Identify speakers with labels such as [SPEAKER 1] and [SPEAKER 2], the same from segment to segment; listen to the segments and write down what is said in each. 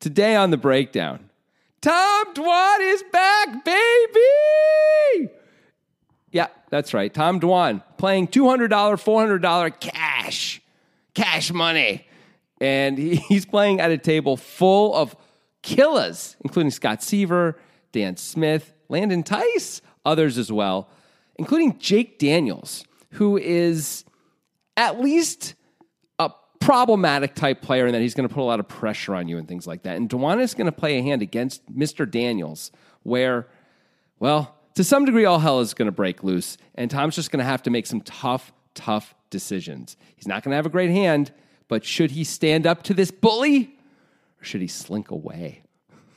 [SPEAKER 1] Today on the breakdown, Tom Dwan is back, baby. Yeah, that's right. Tom Dwan playing $200, $400 cash, cash money. And he- he's playing at a table full of killers, including Scott Seaver, Dan Smith, Landon Tice, others as well, including Jake Daniels, who is at least a problematic type player and that he's going to put a lot of pressure on you and things like that. And Dewan is going to play a hand against Mr. Daniels where, well, to some degree, all hell is going to break loose. And Tom's just going to have to make some tough, tough decisions. He's not going to have a great hand, but should he stand up to this bully or should he slink away?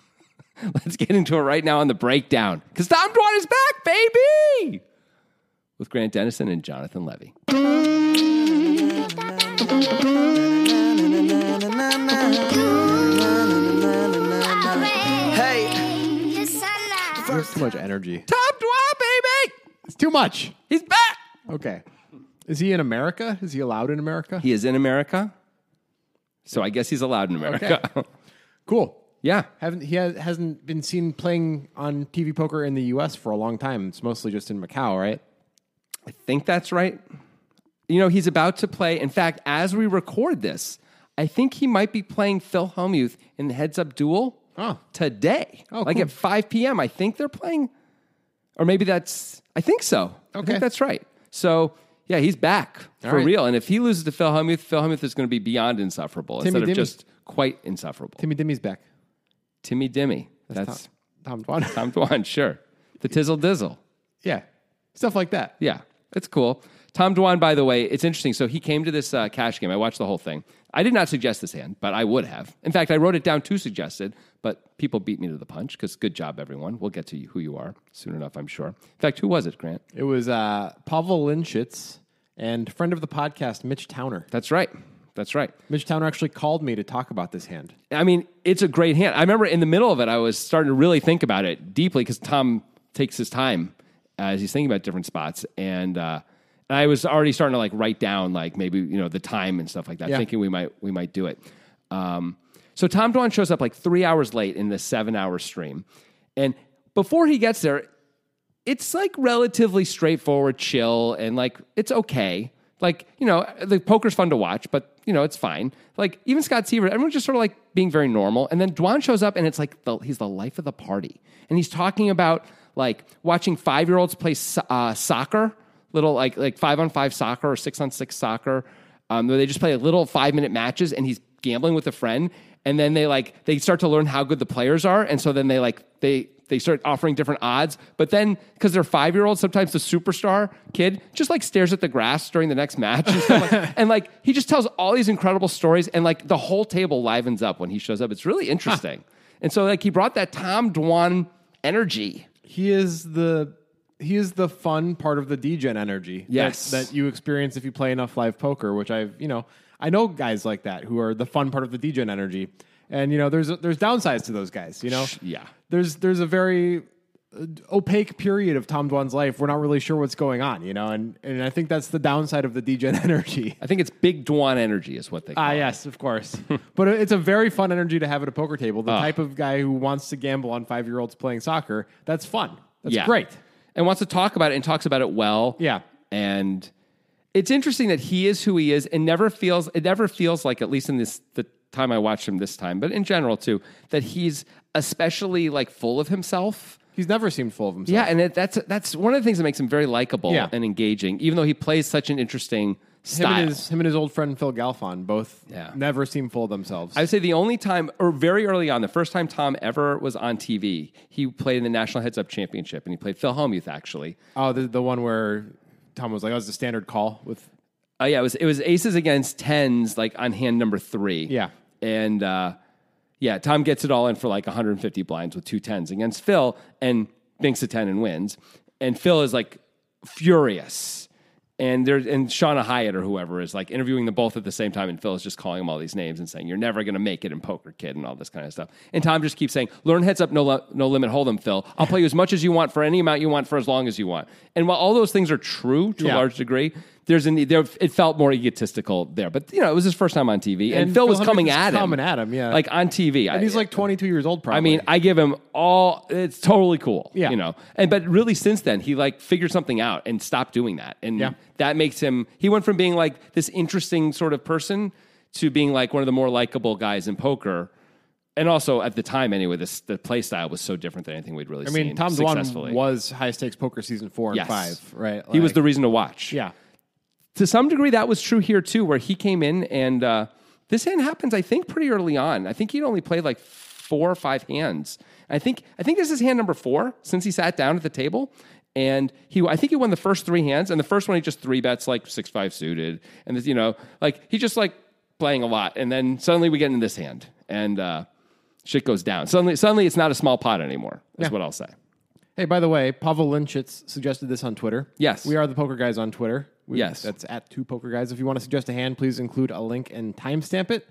[SPEAKER 1] Let's get into it right now on the breakdown because Tom Dwan is back, baby! With Grant Dennison and Jonathan Levy.
[SPEAKER 2] Hey,
[SPEAKER 3] There's too much energy.
[SPEAKER 1] Tom Dwan, baby!
[SPEAKER 3] It's too much.
[SPEAKER 1] He's back.
[SPEAKER 3] Okay. Is he in America? Is he allowed in America?
[SPEAKER 1] He is in America. So I guess he's allowed in America.
[SPEAKER 3] cool.
[SPEAKER 1] yeah.
[SPEAKER 3] Haven't he has, hasn't been seen playing on TV poker in the U.S. for a long time. It's mostly just in Macau, right?
[SPEAKER 1] I think that's right. You know, he's about to play. In fact, as we record this, I think he might be playing Phil Hellmuth in the heads up duel
[SPEAKER 3] Oh.
[SPEAKER 1] today.
[SPEAKER 3] Oh,
[SPEAKER 1] like
[SPEAKER 3] cool.
[SPEAKER 1] at 5 p.m. I think they're playing, or maybe that's, I think so. I
[SPEAKER 3] Okay.
[SPEAKER 1] think that's right. So, yeah, he's back for
[SPEAKER 3] right.
[SPEAKER 1] real. And if he loses to Phil Hellmuth, Phil Hellmuth is going to be beyond insufferable instead of
[SPEAKER 3] Dimmy.
[SPEAKER 1] just quite insufferable.
[SPEAKER 3] Timmy Dimmy's back.
[SPEAKER 1] Timmy Dimmy. That's
[SPEAKER 3] Tom Tom Dwan.
[SPEAKER 1] Tom Dwan, sure. The Tizzle Dizzle.
[SPEAKER 3] yeah, stuff like that.
[SPEAKER 1] Yeah, it's cool. Tom Dwan, by the way, it's interesting. So he came to this uh, cash game. I watched the whole thing. I did not suggest this hand, but I would have. In fact, I wrote it down to suggested, but people beat me to the punch because good job, everyone. We'll get to you, who you are soon enough, I'm sure. In fact, who was it, Grant?
[SPEAKER 3] It was uh, Pavel Linschitz and friend of the podcast Mitch Towner.
[SPEAKER 1] That's right. That's right.
[SPEAKER 3] Mitch Towner actually called me to talk about this hand.
[SPEAKER 1] I mean, it's a great hand. I remember in the middle of it, I was starting to really think about it deeply because Tom takes his time uh, as he's thinking about different spots, and uh, and I was already starting to like write down like maybe you know the time and stuff like that,
[SPEAKER 3] Yeah.
[SPEAKER 1] thinking we might we might do it. Um, so Tom Dwan shows up like three hours late in the seven hour stream, and before he gets there, it's like relatively straightforward, chill, and like it's okay. Like you know, the poker's fun to watch, but you know it's fine. Like even Scott Seaver, everyone's just sort of like being very normal. And then Dwan shows up, and it's like the, he's the life of the party, and he's talking about like watching five year olds play so- uh, soccer, little like like five on five soccer or six on six soccer, um, where they just play little five minute matches, and he's gambling with a friend, and then they like they start to learn how good the players are, and so then they like they they start offering different odds. But then, because they're five year olds, sometimes the superstar kid just like stares at the grass during the next match. And, stuff like, and like he just tells all these incredible stories, and like the whole table livens up when he shows up. It's really interesting. And so, like, he brought that Tom Dwan energy.
[SPEAKER 3] He is the he is the fun part of the DGen energy. that-
[SPEAKER 1] Yes.
[SPEAKER 3] that, you experience if you play enough live poker. Which I've you know I know guys like that who are the fun part of the DGen energy, and you know there's there's downsides to those guys. You know,
[SPEAKER 1] yeah.
[SPEAKER 3] There's there's a very uh, opaque period of Tom Dwan's life. We're not really sure what's going on. You know, and and I think that's the downside of the DGen energy.
[SPEAKER 1] I think it's big Dwan energy, is what they call
[SPEAKER 3] Ah,
[SPEAKER 1] it.
[SPEAKER 3] yes, of course. Ah. but it's a very fun energy to have at a poker table. The type of guy who wants to gamble on five year olds playing soccer, that's fun. That's
[SPEAKER 1] yeah.
[SPEAKER 3] great.
[SPEAKER 1] And wants to talk about it and talks about it well.
[SPEAKER 3] Yeah.
[SPEAKER 1] And it's interesting that he is who he is and never feels it never feels like, at least in this the time I watched him this time, but in general too, that he's especially like full of himself.
[SPEAKER 3] He's never seemed full of himself.
[SPEAKER 1] Yeah, and it, that's that's one of the things that makes him very likable
[SPEAKER 3] Yeah.
[SPEAKER 1] and engaging, even though he plays such an interesting
[SPEAKER 3] Him
[SPEAKER 1] style.
[SPEAKER 3] and, his, him and his old friend Phil Galfon both
[SPEAKER 1] Yeah.
[SPEAKER 3] never seem full of themselves.
[SPEAKER 1] I would say the only time, or very early on, the first time Tom ever was on TV, he played in the National Heads Up Championship, and he played Phil Hellmuth actually.
[SPEAKER 3] oh, the, the one where Tom was like, "Oh, it's a standard call with
[SPEAKER 1] Oh yeah, it was it was aces against tens, like on hand number three.
[SPEAKER 3] Yeah.
[SPEAKER 1] and uh, yeah, Tom gets it all in for like 150 blinds with two tens against Phil, and binks a ten and wins. And Phil is like furious, and there and Shauna Hyatt or whoever is like interviewing them both at the same time, and Phil is just calling them all these names and saying you're never gonna make it in poker, kid, and all this kind of stuff. And Tom just keeps saying, "Learn heads up, no li- no limit, hold 'em, Phil. I'll play you as much as you want for any amount you want for as long as you want." And while all those things are true to a
[SPEAKER 3] Yeah.
[SPEAKER 1] large degree, there's an e, there it felt more egotistical there. But you know, it was his first time on TV, and, Phil, was
[SPEAKER 3] Hendricks
[SPEAKER 1] coming at him,
[SPEAKER 3] coming at him, yeah.
[SPEAKER 1] like on TV,
[SPEAKER 3] and he's like 22 years old. Probably.
[SPEAKER 1] Uh, I mean, I give him all. It's totally cool.
[SPEAKER 3] Yeah.
[SPEAKER 1] you know. And but really, since then, he like figured something out and stopped doing that, and
[SPEAKER 3] Yeah.
[SPEAKER 1] that makes him. He went from being like this interesting sort of person to being like one of the more likable guys in poker. And also at the time, anyway, this the play style was so different than anything we'd really
[SPEAKER 3] I
[SPEAKER 1] seen.
[SPEAKER 3] mean, Tom
[SPEAKER 1] successfully.
[SPEAKER 3] Dwan was high stakes poker season four and
[SPEAKER 1] Yes.
[SPEAKER 3] five, right?
[SPEAKER 1] he was
[SPEAKER 3] Like,
[SPEAKER 1] the reason to watch.
[SPEAKER 3] yeah.
[SPEAKER 1] to some degree that was true here too, where he came in and uh, this hand happens, I think, pretty early on. I think he'd only played like four or five hands. I think I think this is hand number four since he sat down at the table. And he, I think he won the first three hands, and the first one he just three bets like six five suited, and this, you know, like he just like playing a lot, and then suddenly we get in this hand, and uh, shit goes down. Suddenly, suddenly it's not a small pot anymore. Is what I'll say.
[SPEAKER 3] Hey, by the way, Pavel Lynchitz suggested this on Twitter.
[SPEAKER 1] Yes.
[SPEAKER 3] We are the poker guys on Twitter. We,
[SPEAKER 1] Yes.
[SPEAKER 3] That's at two poker guys. If you want to suggest a hand, please include a link and timestamp it.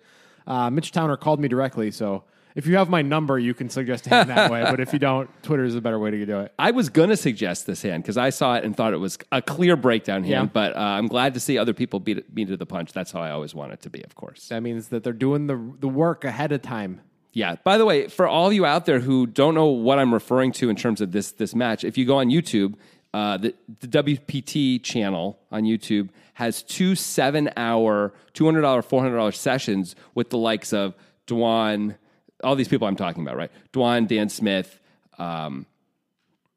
[SPEAKER 3] Uh, Mitch Towner called me directly, so if you have my number, you can suggest a hand that way. But if you don't, Twitter is a better way to do it.
[SPEAKER 1] I was gonna suggest this hand because I saw it and thought it was a clear breakdown hand,
[SPEAKER 3] Yeah.
[SPEAKER 1] but uh, I'm glad to see other people beat it, beat it to the punch. That's how I always want it to be, of course.
[SPEAKER 3] That means that they're doing the, the work ahead of time.
[SPEAKER 1] Yeah. By the way, for all you out there who don't know what I'm referring to in terms of this this match, if you go on YouTube, uh, the, the WPT channel on YouTube has two seven hour, two hundred dollar, four hundred dollar sessions with the likes of Dwan, all these people I'm talking about, right? Dwan, Dan Smith, um,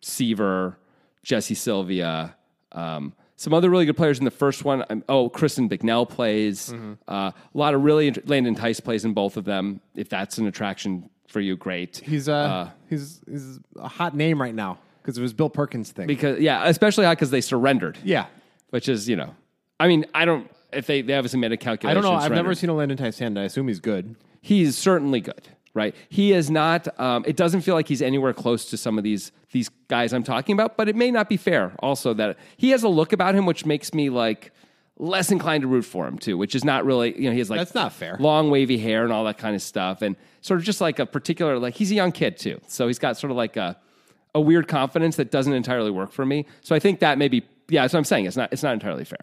[SPEAKER 1] Seaver, Jesse Sylvia, um, some other really good players in the first one. Um, oh, Kristen Bicknell plays.
[SPEAKER 3] Mm-hmm.
[SPEAKER 1] Uh, a lot of really int- Landon Tice plays in both of them. If that's an attraction for you, great.
[SPEAKER 3] He's, uh, he's, he's a hot name right now because of his Bill Perkins thing.
[SPEAKER 1] because yeah, especially because they surrendered,
[SPEAKER 3] yeah.
[SPEAKER 1] which is you know, I mean, I don't if they they obviously made a calculation.
[SPEAKER 3] I don't know. I've
[SPEAKER 1] surrendered.
[SPEAKER 3] never seen a Landon Tice hand. I assume he's good.
[SPEAKER 1] he's certainly good, right? He is not. Um, it doesn't feel like he's anywhere close to some of these these guys I'm talking about. But it may not be fair. Also, that he has a look about him which makes me like less inclined to root for him too, which is not really you know he has like
[SPEAKER 3] That's not fair.
[SPEAKER 1] long wavy hair and all that kind of stuff, and sort of just like a particular like he's a young kid too, so he's got sort of like a a weird confidence that doesn't entirely work for me. So I think that maybe yeah, that's what I'm saying. It's not it's not entirely fair.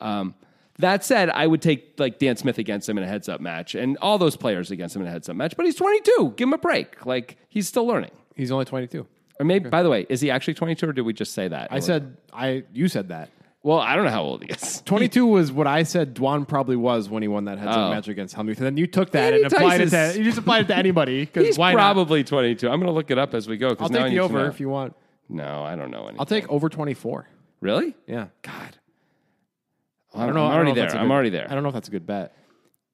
[SPEAKER 1] Um, that said, I would take like Dan Smith against him in a heads up match, and all those players against him in a heads up match. But he's 22. Give him a break. Like he's still learning.
[SPEAKER 3] He's only 22.
[SPEAKER 1] Or maybe, by the way, is he actually 22 or did we just say that?
[SPEAKER 3] I said, I, you said that.
[SPEAKER 1] well, I don't know how old he is.
[SPEAKER 3] 22 was what I said Dwan probably was when he won that heads up
[SPEAKER 1] Oh.
[SPEAKER 3] match against Helmuth. And then you took that
[SPEAKER 1] Danny
[SPEAKER 3] and applied
[SPEAKER 1] Tice
[SPEAKER 3] it
[SPEAKER 1] is-
[SPEAKER 3] to you just applied it to anybody because
[SPEAKER 1] He's
[SPEAKER 3] why not?
[SPEAKER 1] probably 22. I'm going to look it up as we go.
[SPEAKER 3] I'll take the over if you want.
[SPEAKER 1] No, I don't know anything.
[SPEAKER 3] I'll take over 24.
[SPEAKER 1] Really?
[SPEAKER 3] Yeah.
[SPEAKER 1] God.
[SPEAKER 3] I don't
[SPEAKER 1] I'm
[SPEAKER 3] know. I don't
[SPEAKER 1] already
[SPEAKER 3] know if
[SPEAKER 1] there.
[SPEAKER 3] that's a
[SPEAKER 1] I'm
[SPEAKER 3] good-
[SPEAKER 1] already there.
[SPEAKER 3] I don't know if that's a good bet.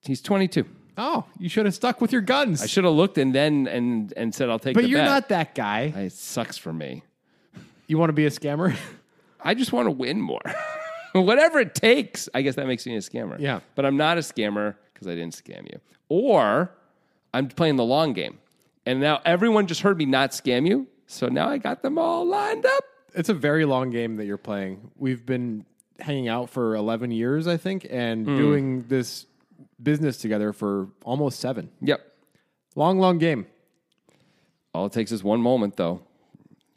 [SPEAKER 1] He's 22.
[SPEAKER 3] Oh, you should have stuck with your guns.
[SPEAKER 1] I should have looked and then and and said I'll take.
[SPEAKER 3] but
[SPEAKER 1] the
[SPEAKER 3] you're
[SPEAKER 1] bet.
[SPEAKER 3] not that guy.
[SPEAKER 1] It sucks for me.
[SPEAKER 3] You want to be a scammer?
[SPEAKER 1] I just want to win more. Whatever it takes. I guess that makes me a scammer.
[SPEAKER 3] Yeah.
[SPEAKER 1] But I'm not a scammer because I didn't scam you. Or I'm playing the long game. And now everyone just heard me not scam you. So now I got them all lined up.
[SPEAKER 3] it's a very long game that you're playing. We've been hanging out for 11 years, I think, and
[SPEAKER 1] Hmm.
[SPEAKER 3] doing this business together for almost seven.
[SPEAKER 1] Yep.
[SPEAKER 3] Long, long game.
[SPEAKER 1] All it takes is one moment, though.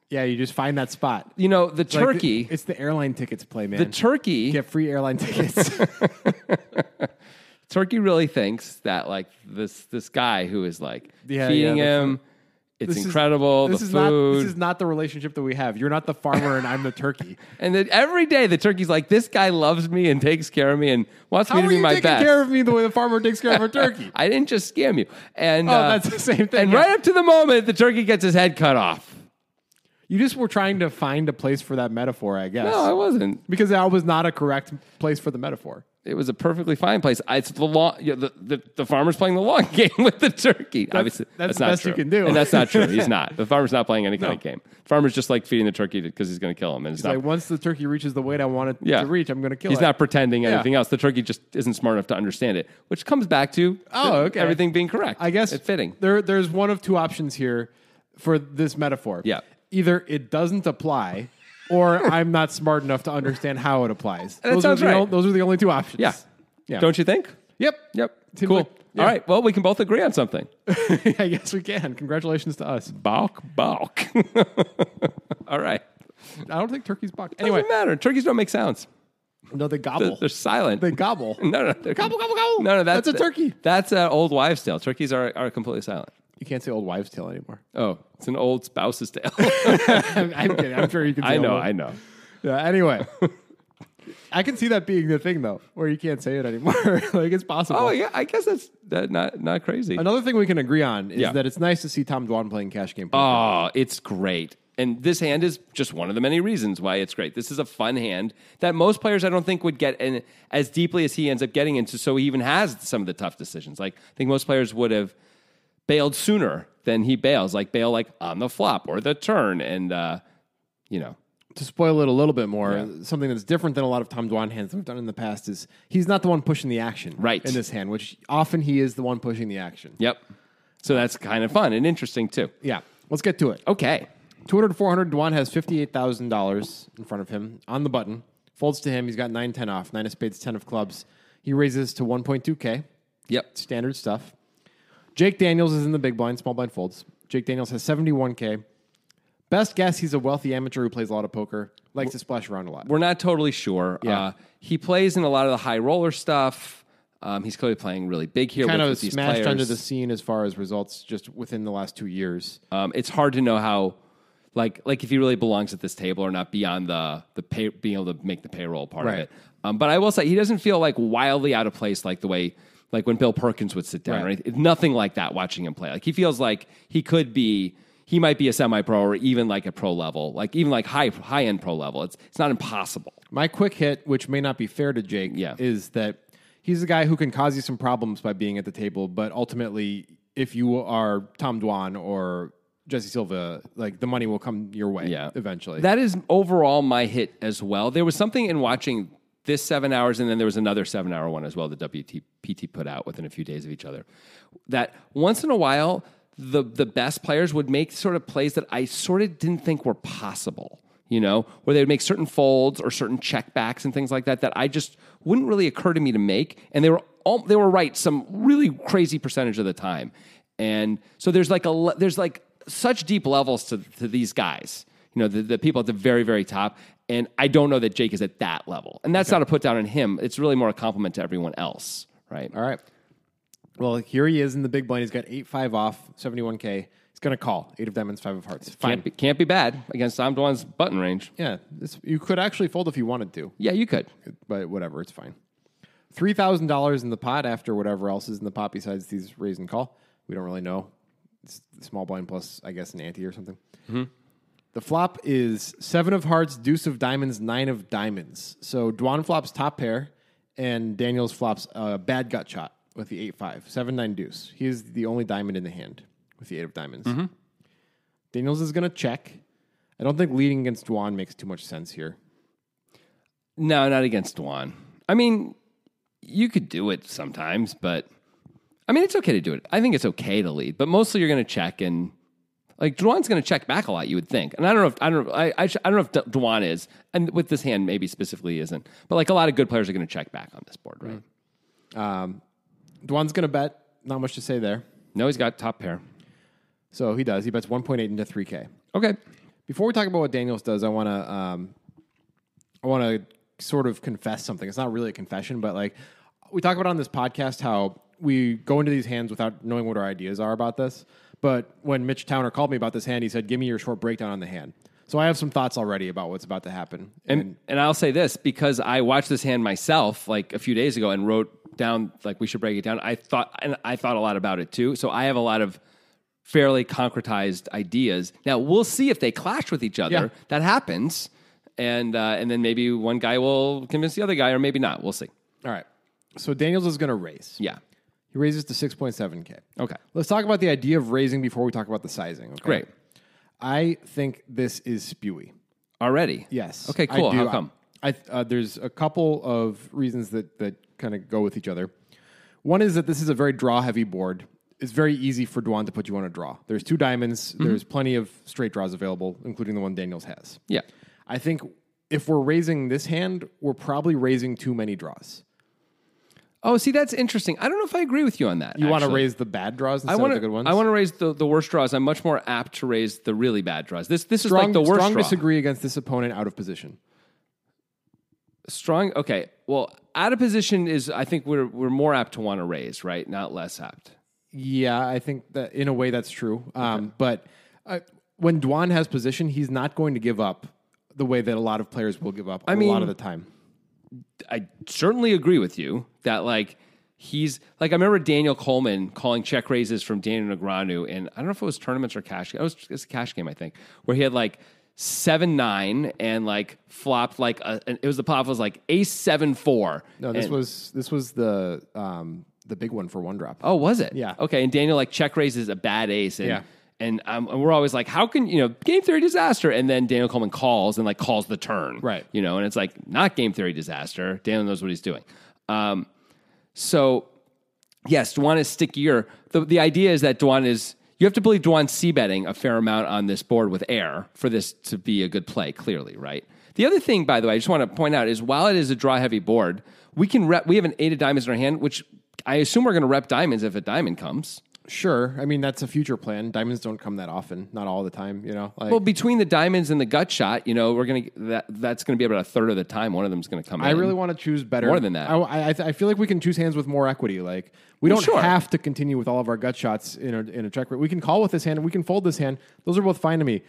[SPEAKER 3] Yeah, you just find that spot.
[SPEAKER 1] You know, the
[SPEAKER 3] Like,
[SPEAKER 1] turkey,
[SPEAKER 3] it's the airline tickets play, man.
[SPEAKER 1] the turkey,
[SPEAKER 3] get free airline tickets.
[SPEAKER 1] turkey really thinks that like this this guy who is like
[SPEAKER 3] Yeah,
[SPEAKER 1] feeding
[SPEAKER 3] yeah, the
[SPEAKER 1] him, it's
[SPEAKER 3] This is-
[SPEAKER 1] incredible.
[SPEAKER 3] this
[SPEAKER 1] the
[SPEAKER 3] is
[SPEAKER 1] food.
[SPEAKER 3] not this is not the relationship that we have. You're not the farmer, and I'm the turkey.
[SPEAKER 1] And then every day the turkey's like, this guy loves me and takes care of me and wants
[SPEAKER 3] How
[SPEAKER 1] me to
[SPEAKER 3] are
[SPEAKER 1] be
[SPEAKER 3] you
[SPEAKER 1] my
[SPEAKER 3] taking
[SPEAKER 1] best.
[SPEAKER 3] care of me the way the farmer takes care of a turkey?
[SPEAKER 1] I didn't just scam you. And
[SPEAKER 3] Oh,
[SPEAKER 1] uh,
[SPEAKER 3] that's the same thing,
[SPEAKER 1] And
[SPEAKER 3] yeah.
[SPEAKER 1] right up to the moment the turkey gets his head cut off.
[SPEAKER 3] You just were trying to find a place for that metaphor, I guess,
[SPEAKER 1] No, I wasn't.
[SPEAKER 3] because that was not a correct place for the metaphor.
[SPEAKER 1] It was a perfectly fine place. I- It's the long. You know, the, the the farmer's playing the long game with the turkey. Obviously, that's,
[SPEAKER 3] that's the
[SPEAKER 1] not
[SPEAKER 3] best
[SPEAKER 1] true.
[SPEAKER 3] you can do.
[SPEAKER 1] and that's not true. He's not. The farmer's not playing any kind of game. farmer's just like feeding the turkey because he's going to kill him, and it's not.
[SPEAKER 3] Like once the turkey reaches the weight I want it
[SPEAKER 1] yeah.
[SPEAKER 3] to reach, I'm going to kill
[SPEAKER 1] He's
[SPEAKER 3] it.
[SPEAKER 1] not pretending
[SPEAKER 3] Yeah.
[SPEAKER 1] anything else. The turkey just isn't smart enough to understand it, which comes back to
[SPEAKER 3] Oh,
[SPEAKER 1] the-
[SPEAKER 3] okay.
[SPEAKER 1] everything being correct.
[SPEAKER 3] I guess
[SPEAKER 1] it's fitting.
[SPEAKER 3] There, there's one of two options here for this metaphor.
[SPEAKER 1] Yeah.
[SPEAKER 3] Either it doesn't apply, or I'm not smart enough to understand how it applies.
[SPEAKER 1] That
[SPEAKER 3] those,
[SPEAKER 1] sounds
[SPEAKER 3] are the,
[SPEAKER 1] right.
[SPEAKER 3] o- those are the only two options.
[SPEAKER 1] Yeah.
[SPEAKER 3] Yeah.
[SPEAKER 1] Don't you think?
[SPEAKER 3] Yep.
[SPEAKER 1] Yep.
[SPEAKER 3] Seems
[SPEAKER 1] cool.
[SPEAKER 3] like- yeah.
[SPEAKER 1] All right. Well, we can both agree on something.
[SPEAKER 3] I guess we can. Congratulations to us.
[SPEAKER 1] Balk, balk. All right.
[SPEAKER 3] I don't think turkeys buck.
[SPEAKER 1] Anyway.
[SPEAKER 3] Anyway,
[SPEAKER 1] Doesn't matter. Turkeys don't make sounds.
[SPEAKER 3] No, they gobble.
[SPEAKER 1] They're silent.
[SPEAKER 3] they gobble.
[SPEAKER 1] no, no, they're-
[SPEAKER 3] Gobble, gobble, gobble.
[SPEAKER 1] No, no, that's,
[SPEAKER 3] That's a turkey.
[SPEAKER 1] That's an old wives' tale. Turkeys are, are completely silent.
[SPEAKER 3] You can't say old wives' tale anymore.
[SPEAKER 1] Oh, it's an old spouse's tale.
[SPEAKER 3] I'm, I'm kidding. I'm sure you can. Say
[SPEAKER 1] I know,
[SPEAKER 3] old-
[SPEAKER 1] I know.
[SPEAKER 3] Yeah, anyway, I can see that being the thing though, where you can't say it anymore. like it's possible.
[SPEAKER 1] Oh yeah, I guess that's that not not crazy.
[SPEAKER 3] Another thing we can agree on is
[SPEAKER 1] Yeah.
[SPEAKER 3] that it's nice to see Tom Dwan playing cash game. poker.
[SPEAKER 1] Oh, it's great. And this hand is just one of the many reasons why it's great. This is a fun hand that most players I don't think would get in as deeply as he ends up getting into. So he even has some of the tough decisions. Like I think most players would have bailed sooner than he bails, like bail like on the flop or the turn, and uh, you know,
[SPEAKER 3] to spoil it a little bit more, something that's different than a lot of Tom Dwan hands that we've done in the past is he's not the one pushing the action
[SPEAKER 1] Right.
[SPEAKER 3] in this hand, which often he is the one pushing the action.
[SPEAKER 1] yep. So that's kind of fun and interesting too.
[SPEAKER 3] Yeah. Let's get to it.
[SPEAKER 1] Okay,
[SPEAKER 3] 200 to 400, Dwan has $58,000 in front of him on the button. Folds to him. He's got 9 10 off, 9 of spades, 10 of clubs. He raises to 1.2K.
[SPEAKER 1] yep.
[SPEAKER 3] Standard stuff. Jake Daniels is in the big blind, small blind folds. Jake Daniels has 71K. Best guess, he's a wealthy amateur who plays a lot of poker, likes to splash around a lot.
[SPEAKER 1] We're not totally sure.
[SPEAKER 3] Yeah.
[SPEAKER 1] Uh, he plays in a lot of the high roller stuff. Um, he's clearly playing really big here.
[SPEAKER 3] kind
[SPEAKER 1] with,
[SPEAKER 3] of
[SPEAKER 1] with these
[SPEAKER 3] smashed
[SPEAKER 1] players.
[SPEAKER 3] under the scene as far as results just within the last two years.
[SPEAKER 1] Um, it's hard to know how, like, like if he really belongs at this table or not beyond the the pay, being able to make the payroll part of
[SPEAKER 3] Right.
[SPEAKER 1] it. Um, but I will say he doesn't feel like wildly out of place, like the way like when Bill Perkins would sit down.
[SPEAKER 3] Right.
[SPEAKER 1] Right, or anything. It's nothing like that. Watching him play, like he feels like he could be. He might be a semi-pro or even like a pro level, like even like high high end pro level. It's it's not impossible.
[SPEAKER 3] My quick hit, which may not be fair to Jake,
[SPEAKER 1] Yeah.
[SPEAKER 3] is that he's a guy who can cause you some problems by being at the table, but ultimately, if you are Tom Dwan or Jesse Silva, like the money will come your way
[SPEAKER 1] Yeah.
[SPEAKER 3] eventually.
[SPEAKER 1] That is overall my hit as well. There was something in watching this seven hours, and then there was another seven hour one as well that WPT put out within a few days of each other. That once in a while, the, the best players would make sort of plays that I sort of didn't think were possible, you know, where they would make certain folds or certain checkbacks and things like that that I just wouldn't really occur to me to make. And they were all, they were right some really crazy percentage of the time. And so there's like a le- there's like such deep levels to, to these guys you know, the, the people at the very, very top. And I don't know that Jake is at that level. And that's not a put down on him. It's really more a compliment to everyone else, right?
[SPEAKER 3] All right. Well, here he is in the big blind. He's got 8 5 off, 71K. He's going to call 8 of diamonds, 5 of hearts. Fine.
[SPEAKER 1] Can't, be, can't be bad against Tom Dwan's button range.
[SPEAKER 3] Yeah. This, you could actually fold if you wanted to.
[SPEAKER 1] Yeah, you could.
[SPEAKER 3] but whatever, it's fine. Three thousand dollars in the pot after whatever else is in the pot besides these raise and call. We don't really know. It's small blind plus, I guess, an ante or something. The flop is seven of hearts, deuce of diamonds, nine of diamonds. So Dwan flops top pair, and Daniels flops a bad gut shot with the eight five seven nine deuce. He is the only diamond in the hand with the eight of diamonds. Daniels is going to check. I don't think leading against Dwan makes too much sense here.
[SPEAKER 1] No, not against Dwan. I mean, you could do it sometimes, but I mean, it's okay to do it. I think it's okay to lead, but mostly you're going to check and like Dwan's going to check back a lot, you would think. And I don't know if I don't know, I, I, sh- I don't know if D- Dwan is, and with this hand maybe specifically isn't, but like a lot of good players are going to check back on this board, right?
[SPEAKER 3] Dwan's going to bet. Not much to say there.
[SPEAKER 1] No, he's got top pair.
[SPEAKER 3] So he does. He bets 1.8 into 3K.
[SPEAKER 1] Okay.
[SPEAKER 3] Before we talk about what Daniels does, I want to um, I want to sort of confess something. It's not really a confession, but like we talk about on this podcast how we go into these hands without knowing what our ideas are about this. But when Mitch Towner called me about this hand, he said, "Give me your short breakdown on the hand." So I have some thoughts already about what's about to happen.
[SPEAKER 1] And and I'll say this because I watched this hand myself like a few days ago and wrote down like we should break it down. I thought and I thought a lot about it too. So I have a lot of fairly concretized ideas. Now we'll see if they clash with each other.
[SPEAKER 3] Yeah.
[SPEAKER 1] That happens. And uh, and then maybe one guy will convince the other guy or maybe not. We'll see.
[SPEAKER 3] all right, so Daniels is going to raise.
[SPEAKER 1] Yeah.
[SPEAKER 3] He raises to 6.7K.
[SPEAKER 1] Okay.
[SPEAKER 3] Let's talk about the idea of raising before we talk about the sizing. Okay?
[SPEAKER 1] Great.
[SPEAKER 3] I think this is spewy.
[SPEAKER 1] Already.
[SPEAKER 3] Yes.
[SPEAKER 1] Okay,
[SPEAKER 3] I
[SPEAKER 1] cool.
[SPEAKER 3] do.
[SPEAKER 1] How come?
[SPEAKER 3] I, uh, there's a couple of reasons that, that kind of go with each other. One is that this is a very draw heavy board. It's very easy for Duan to put you on a draw. There's two diamonds,
[SPEAKER 1] Mm-hmm.
[SPEAKER 3] there's plenty of straight draws available, including the one Daniels has.
[SPEAKER 1] yeah.
[SPEAKER 3] I think if we're raising this hand, we're probably raising too many draws.
[SPEAKER 1] Oh, see, that's interesting. I don't know if I agree with you on that.
[SPEAKER 3] You want to
[SPEAKER 1] actually.
[SPEAKER 3] raise the bad draws instead
[SPEAKER 1] I want
[SPEAKER 3] of the good ones?
[SPEAKER 1] I want to raise the, the worst draws. I'm much more apt to raise the really bad draws. This this is
[SPEAKER 3] strong,
[SPEAKER 1] like the worst
[SPEAKER 3] strong
[SPEAKER 1] draw.
[SPEAKER 3] disagree against this opponent out of position.
[SPEAKER 1] Strong. Okay. Well, out of position is I think we're we're more apt to want to raise, right? Not less apt.
[SPEAKER 3] Yeah, I think that in a way that's true. Um, But uh, when Dwan has position, he's not going to give up the way that a lot of players will give up a
[SPEAKER 1] mean-
[SPEAKER 3] lot of the time.
[SPEAKER 1] I certainly agree with you that like he's like I remember Daniel Coleman calling check raises from Daniel Negreanu, and I don't know if it was tournaments or cash. It was it's a cash game I think where he had like seven nine and like flopped like a, and it was the pop was like ace seven four.
[SPEAKER 3] No, this
[SPEAKER 1] And-
[SPEAKER 3] was this was the um, the big one for one drop.
[SPEAKER 1] Oh, was it?
[SPEAKER 3] Yeah.
[SPEAKER 1] Okay. And Daniel like check raises a bad ace. And,
[SPEAKER 3] Yeah.
[SPEAKER 1] And, um, and we're always like, how can you know game theory disaster? And then Daniel Coleman calls and like calls the turn,
[SPEAKER 3] Right.
[SPEAKER 1] You know, and it's like not game theory disaster. Daniel knows what he's doing. Um, so yes, Dwan is stickier. The the idea is that Dwan is you have to believe Dwan's c betting a fair amount on this board with air for this to be a good play. Clearly, right. The other thing, by the way, I just want to point out is while it is a draw heavy board, we can rep. We have an eight of diamonds in our hand, which I assume we're going to rep diamonds if a diamond comes.
[SPEAKER 3] Sure, I mean that's a future plan. Diamonds don't come that often, not all the time. You know, like
[SPEAKER 1] Well, between the diamonds and the gut shot, you know, we're going to that that's going to be about a third of the time one of them's going to come
[SPEAKER 3] I
[SPEAKER 1] in.
[SPEAKER 3] really want to choose better.
[SPEAKER 1] More than that.
[SPEAKER 3] I, I, I feel like we can choose hands with more equity. Like we
[SPEAKER 1] Well,
[SPEAKER 3] don't
[SPEAKER 1] sure.
[SPEAKER 3] have to continue with all of our gut shots in a, in a check. We can call with this hand. We can fold this hand. Those are both fine to me.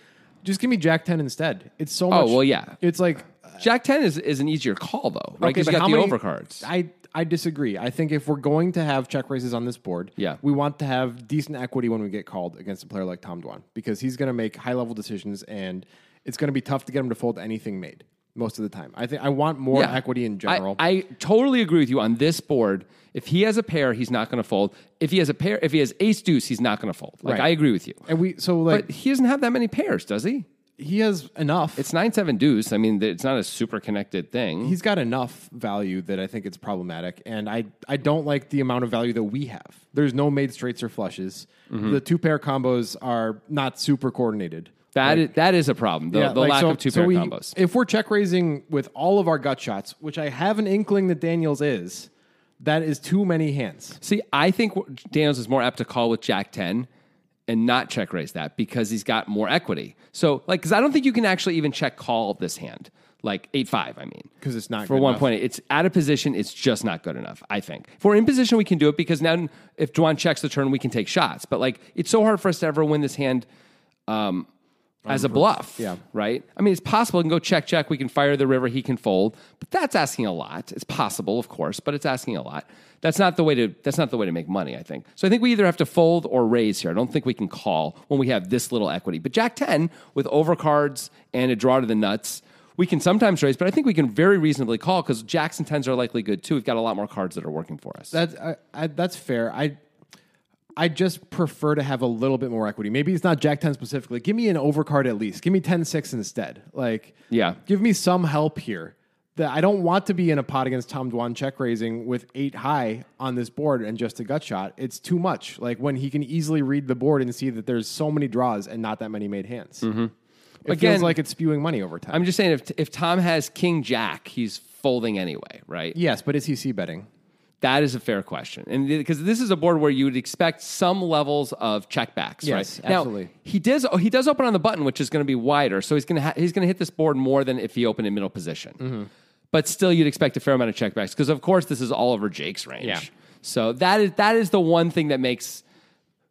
[SPEAKER 3] Just give me Jack ten instead. It's so much.
[SPEAKER 1] Oh, well, yeah.
[SPEAKER 3] It's like
[SPEAKER 1] Jack ten is, is an easier call though, right?
[SPEAKER 3] okay,
[SPEAKER 1] Because
[SPEAKER 3] but
[SPEAKER 1] you
[SPEAKER 3] how
[SPEAKER 1] got the
[SPEAKER 3] many-
[SPEAKER 1] overcards.
[SPEAKER 3] I I disagree. I think if we're going to have check raises on this board,
[SPEAKER 1] Yeah.
[SPEAKER 3] we want to have decent equity when we get called against a player like Tom Dwan because he's going to make high level decisions and it's going to be tough to get him to fold anything made most of the time. I think I want more
[SPEAKER 1] Yeah.
[SPEAKER 3] equity in
[SPEAKER 1] I-
[SPEAKER 3] general.
[SPEAKER 1] I, totally agree with you on this board. If he has a pair, he's not going to fold. If he has a pair, if he has ace deuce, he's not going to fold. Like
[SPEAKER 3] Right.
[SPEAKER 1] I agree with you.
[SPEAKER 3] and we so like
[SPEAKER 1] But he doesn't have that many pairs, does he?
[SPEAKER 3] he has enough.
[SPEAKER 1] It's nine seven deuce. I mean, th- it's not a super connected thing.
[SPEAKER 3] he's got enough value that I think it's problematic, and I I don't like the amount of value that we have. There's no made straights or flushes.
[SPEAKER 1] Mm-hmm.
[SPEAKER 3] The two pair combos are not super coordinated.
[SPEAKER 1] that is that is a problem. The,
[SPEAKER 3] Yeah,
[SPEAKER 1] the
[SPEAKER 3] like,
[SPEAKER 1] lack
[SPEAKER 3] so-
[SPEAKER 1] of two
[SPEAKER 3] so
[SPEAKER 1] pair
[SPEAKER 3] we-
[SPEAKER 1] combos.
[SPEAKER 3] If we're check raising with all of our gut shots, which I have an inkling that Daniels is, that is too many hands.
[SPEAKER 1] See, I think w- Daniels is more apt to call with Jack 10 and not check raise that because he's got more equity. So, like, because I don't think you can actually even check call this hand, like 8 5, I mean.
[SPEAKER 3] 'Cause it's not
[SPEAKER 1] For
[SPEAKER 3] good
[SPEAKER 1] one
[SPEAKER 3] enough.
[SPEAKER 1] point, it's out of position. It's just not good enough, I think. If we're in position, we can do it because now if Dwan checks the turn, we can take shots. But, like, it's so hard for us to ever win this hand. Um, as a bluff,
[SPEAKER 3] yeah.
[SPEAKER 1] right? I mean, it's possible. I can go check, check. We can fire the river. He can fold, but that's asking a lot. It's possible, of course, but it's asking a lot. That's not the way to. That's not the way to make money. I think. So I think we either have to fold or raise here. I don't think we can call when we have this little equity. But Jack ten with overcards and a draw to the nuts, we can sometimes raise, but I think we can very reasonably call because jacks and tens are likely good too. We've got a lot more cards that are working for us.
[SPEAKER 3] That's I, I, that's fair. I I just prefer to have a little bit more equity. Maybe it's not Jack ten specifically. Give me an overcard at least. Give me 10-6 instead. Like
[SPEAKER 1] Yeah.
[SPEAKER 3] give me some help here. That I don't want to be in a pot against Tom Dwan check raising with eight high on this board and just a gut shot. It's too much. Like when he can easily read the board and see that there's so many draws and not that many made hands. It
[SPEAKER 1] Mm-hmm. Again-
[SPEAKER 3] feels like it's spewing money over time.
[SPEAKER 1] I'm just saying if if Tom has King Jack, he's folding anyway, right?
[SPEAKER 3] yes, but is he c betting?
[SPEAKER 1] That is a fair question. And because this is a board where you would expect some levels of checkbacks,
[SPEAKER 3] Yes,
[SPEAKER 1] right? Now,
[SPEAKER 3] absolutely.
[SPEAKER 1] he does oh, he does open on the button, which is going to be wider. So he's going to ha- he's going to hit this board more than if he opened in middle position.
[SPEAKER 3] Mm-hmm.
[SPEAKER 1] But still you'd expect a fair amount of checkbacks because of course this is Oliver Jake's range.
[SPEAKER 3] Yeah.
[SPEAKER 1] So that is that is the one thing that makes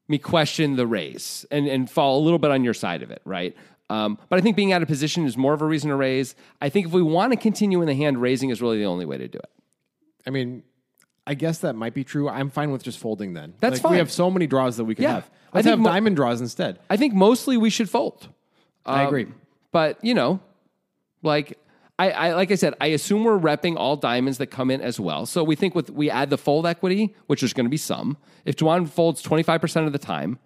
[SPEAKER 1] me question the raise and, and fall a little bit on your side of it, right? Um, but I think being out of position is more of a reason to raise. I think if we want to continue in the hand, raising is really the only way to do it.
[SPEAKER 3] I mean, I guess that might be true. I'm fine with just folding then.
[SPEAKER 1] That's
[SPEAKER 3] like,
[SPEAKER 1] fine.
[SPEAKER 3] We have so many draws that we can
[SPEAKER 1] Yeah.
[SPEAKER 3] have.
[SPEAKER 1] I
[SPEAKER 3] Let's
[SPEAKER 1] think
[SPEAKER 3] have
[SPEAKER 1] mo-
[SPEAKER 3] diamond draws instead. Um,
[SPEAKER 1] I think mostly we should fold.
[SPEAKER 3] I agree.
[SPEAKER 1] But you know, like I, I like I said, I assume we're repping all diamonds that come in as well. So we think with we add the fold equity, which is going to be some. If Juan folds twenty five percent of the time,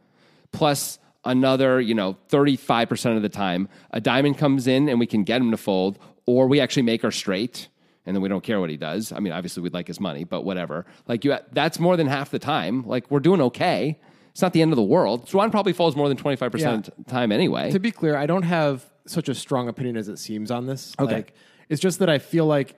[SPEAKER 1] plus another you know thirty five percent of the time, a diamond comes in and we can get him to fold, or we actually make our straight. And then we don't care what he does. I mean, obviously we'd like his money, but whatever. Like you, that's more than half the time. Like we're doing okay. It's not the end of the world. Juan probably folds more than twenty five percent of the time anyway.
[SPEAKER 3] To be clear, I don't have such a strong opinion as it seems on this. Okay. Like, it's just that I feel like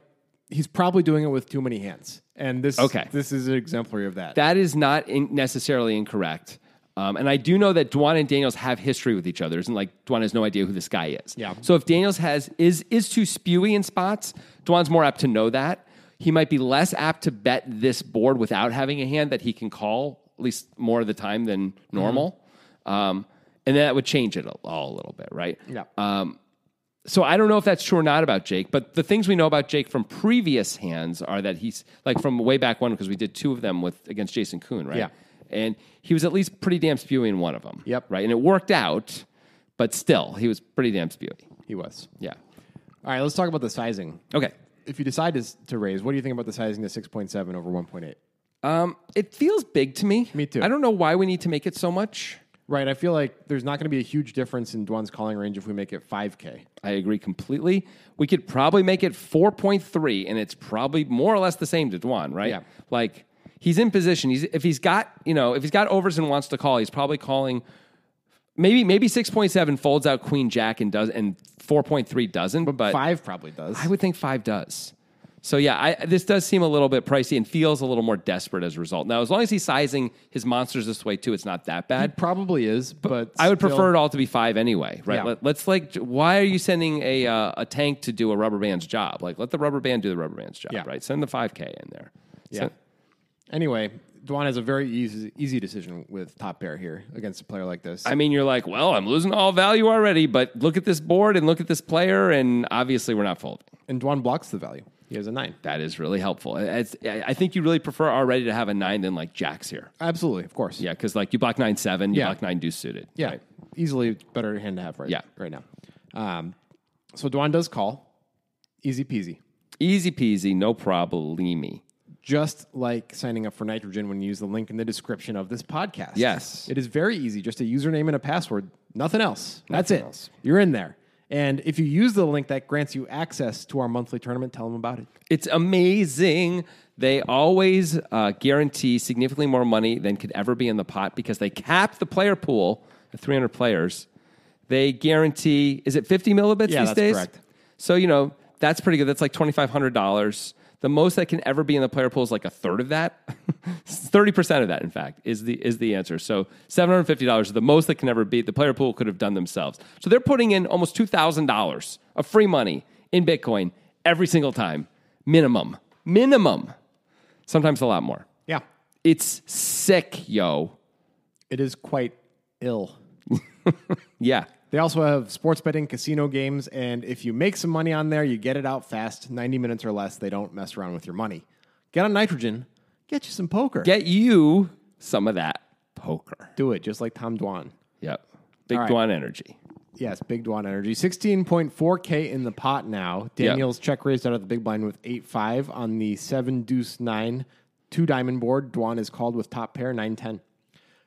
[SPEAKER 3] he's probably doing it with too many hands. And this
[SPEAKER 1] Okay.
[SPEAKER 3] this is an exemplary of that.
[SPEAKER 1] That is not in necessarily incorrect. Um, and I do know that Dwan and Daniels have history with each other. And like Dwan has no idea who this guy is.
[SPEAKER 3] Yeah.
[SPEAKER 1] So if Daniels has is is too spewy in spots, Dwan's more apt to know that. He might be less apt to bet this board without having a hand that he can call at least more of the time than normal. Um, and that would change it all a little bit, right?
[SPEAKER 3] Mm-hmm.
[SPEAKER 1] Um,
[SPEAKER 3] Yeah.
[SPEAKER 1] so I don't know if that's true or not about Jake, but the things we know about Jake from previous hands are that he's like from way back when because we did two of them with against Jason Kuhn, right?
[SPEAKER 3] Yeah.
[SPEAKER 1] And he was at least pretty damn spewy in one of them.
[SPEAKER 3] Yep.
[SPEAKER 1] Right. And it worked out, but still, he was pretty damn spewy.
[SPEAKER 3] he was.
[SPEAKER 1] Yeah.
[SPEAKER 3] All right, let's talk about the sizing.
[SPEAKER 1] Okay.
[SPEAKER 3] If you decide to, s- to raise, what do you think about the sizing to 6.7 over 1.8?
[SPEAKER 1] Um, it feels big to me.
[SPEAKER 3] Me too.
[SPEAKER 1] I don't know why we need to make it so much.
[SPEAKER 3] Right, I feel like there's not going to be a huge difference in Dwan's calling range if we make it 5K.
[SPEAKER 1] I agree completely. We could probably make it 4.3, and it's probably more or less the same to Dwan, right?
[SPEAKER 3] Yeah.
[SPEAKER 1] Like he's in position. He's if he's got you know if he's got overs and wants to call, he's probably calling. Maybe maybe 6.7 folds out Queen Jack and does and 4.3 doesn't, but,
[SPEAKER 3] 5 probably does.
[SPEAKER 1] I would think five does. So yeah, I, this does seem a little bit pricey and feels a little more desperate as a result. Now, as long as he's sizing his monsters this way too, it's not that bad.
[SPEAKER 3] it probably is, but
[SPEAKER 1] I would
[SPEAKER 3] still-
[SPEAKER 1] prefer it all to be five anyway, right?
[SPEAKER 3] Yeah.
[SPEAKER 1] Let, us like, why are you sending a uh, a tank to do a rubber band's job? Like, let the rubber band do the rubber band's job,
[SPEAKER 3] Yeah.
[SPEAKER 1] right? Send the five k in there.
[SPEAKER 3] Yeah.
[SPEAKER 1] Send-
[SPEAKER 3] Anyway, Dwan has a very easy easy decision with top pair here against a player like this.
[SPEAKER 1] I mean, you're like, well, I'm losing all value already, but look at this board and look at this player, and obviously we're not folding.
[SPEAKER 3] and Dwan blocks the value. He has a 9.
[SPEAKER 1] That is really helpful. It's, I I think you really prefer already to have a nine than like jacks here.
[SPEAKER 3] Absolutely, of cource.
[SPEAKER 1] Yeah, because like you block nine seven, you
[SPEAKER 3] Yeah.
[SPEAKER 1] block nine deuce suited.
[SPEAKER 3] Yeah, easily better hand to have right.
[SPEAKER 1] Yeah.
[SPEAKER 3] right now. Um, so Dwan does call, easy peasy,
[SPEAKER 1] Easy peasy, no problemy.
[SPEAKER 3] just like signing up for nitrogen when you use the link in the description of this podcast.
[SPEAKER 1] Yes.
[SPEAKER 3] it is very easy. Just a username and a password, nothing else. That's
[SPEAKER 1] Nothing
[SPEAKER 3] it.
[SPEAKER 1] else.
[SPEAKER 3] You're in there. And if you use the link that grants you access to our monthly tournament, tell them about it.
[SPEAKER 1] It's amazing. They always uh, guarantee significantly more money than could ever be in the pot because they cap the player pool at 300 players. They guarantee, is it 50 millibits
[SPEAKER 3] Yeah,
[SPEAKER 1] these
[SPEAKER 3] that's
[SPEAKER 1] days?
[SPEAKER 3] correct.
[SPEAKER 1] So, you know, that's pretty good. That's like $2,500. The most that can ever be in the player pool is like a third of that. 30% of that, in fact, is the, is the answer. So $750 is the most that can ever be. The player pool could have done themselves. So they're putting in almost $2,000 of free money in Bitcoin every single time, minimum. Minimum. Sometimes a lot more.
[SPEAKER 3] Yeah,
[SPEAKER 1] It's sick, yo.
[SPEAKER 3] it is quite ill.
[SPEAKER 1] Yeah.
[SPEAKER 3] They also have sports betting, casino games, and if you make some money on there, you get it out fast, 90 minutes or less. They don't mess around with your money. Get on nitrogen, get you some poker.
[SPEAKER 1] Get you some of that poker.
[SPEAKER 3] Do it, just like Tom Dwan.
[SPEAKER 1] Yep. Big
[SPEAKER 3] All right.
[SPEAKER 1] Dwan energy.
[SPEAKER 3] Yes, Big Dwan Energy. 16.4K in the pot now. Daniels check raised out of the big blind with 8 5 on the 7 deuce 9, two diamond board. Dwan is called with top pair, 9 10.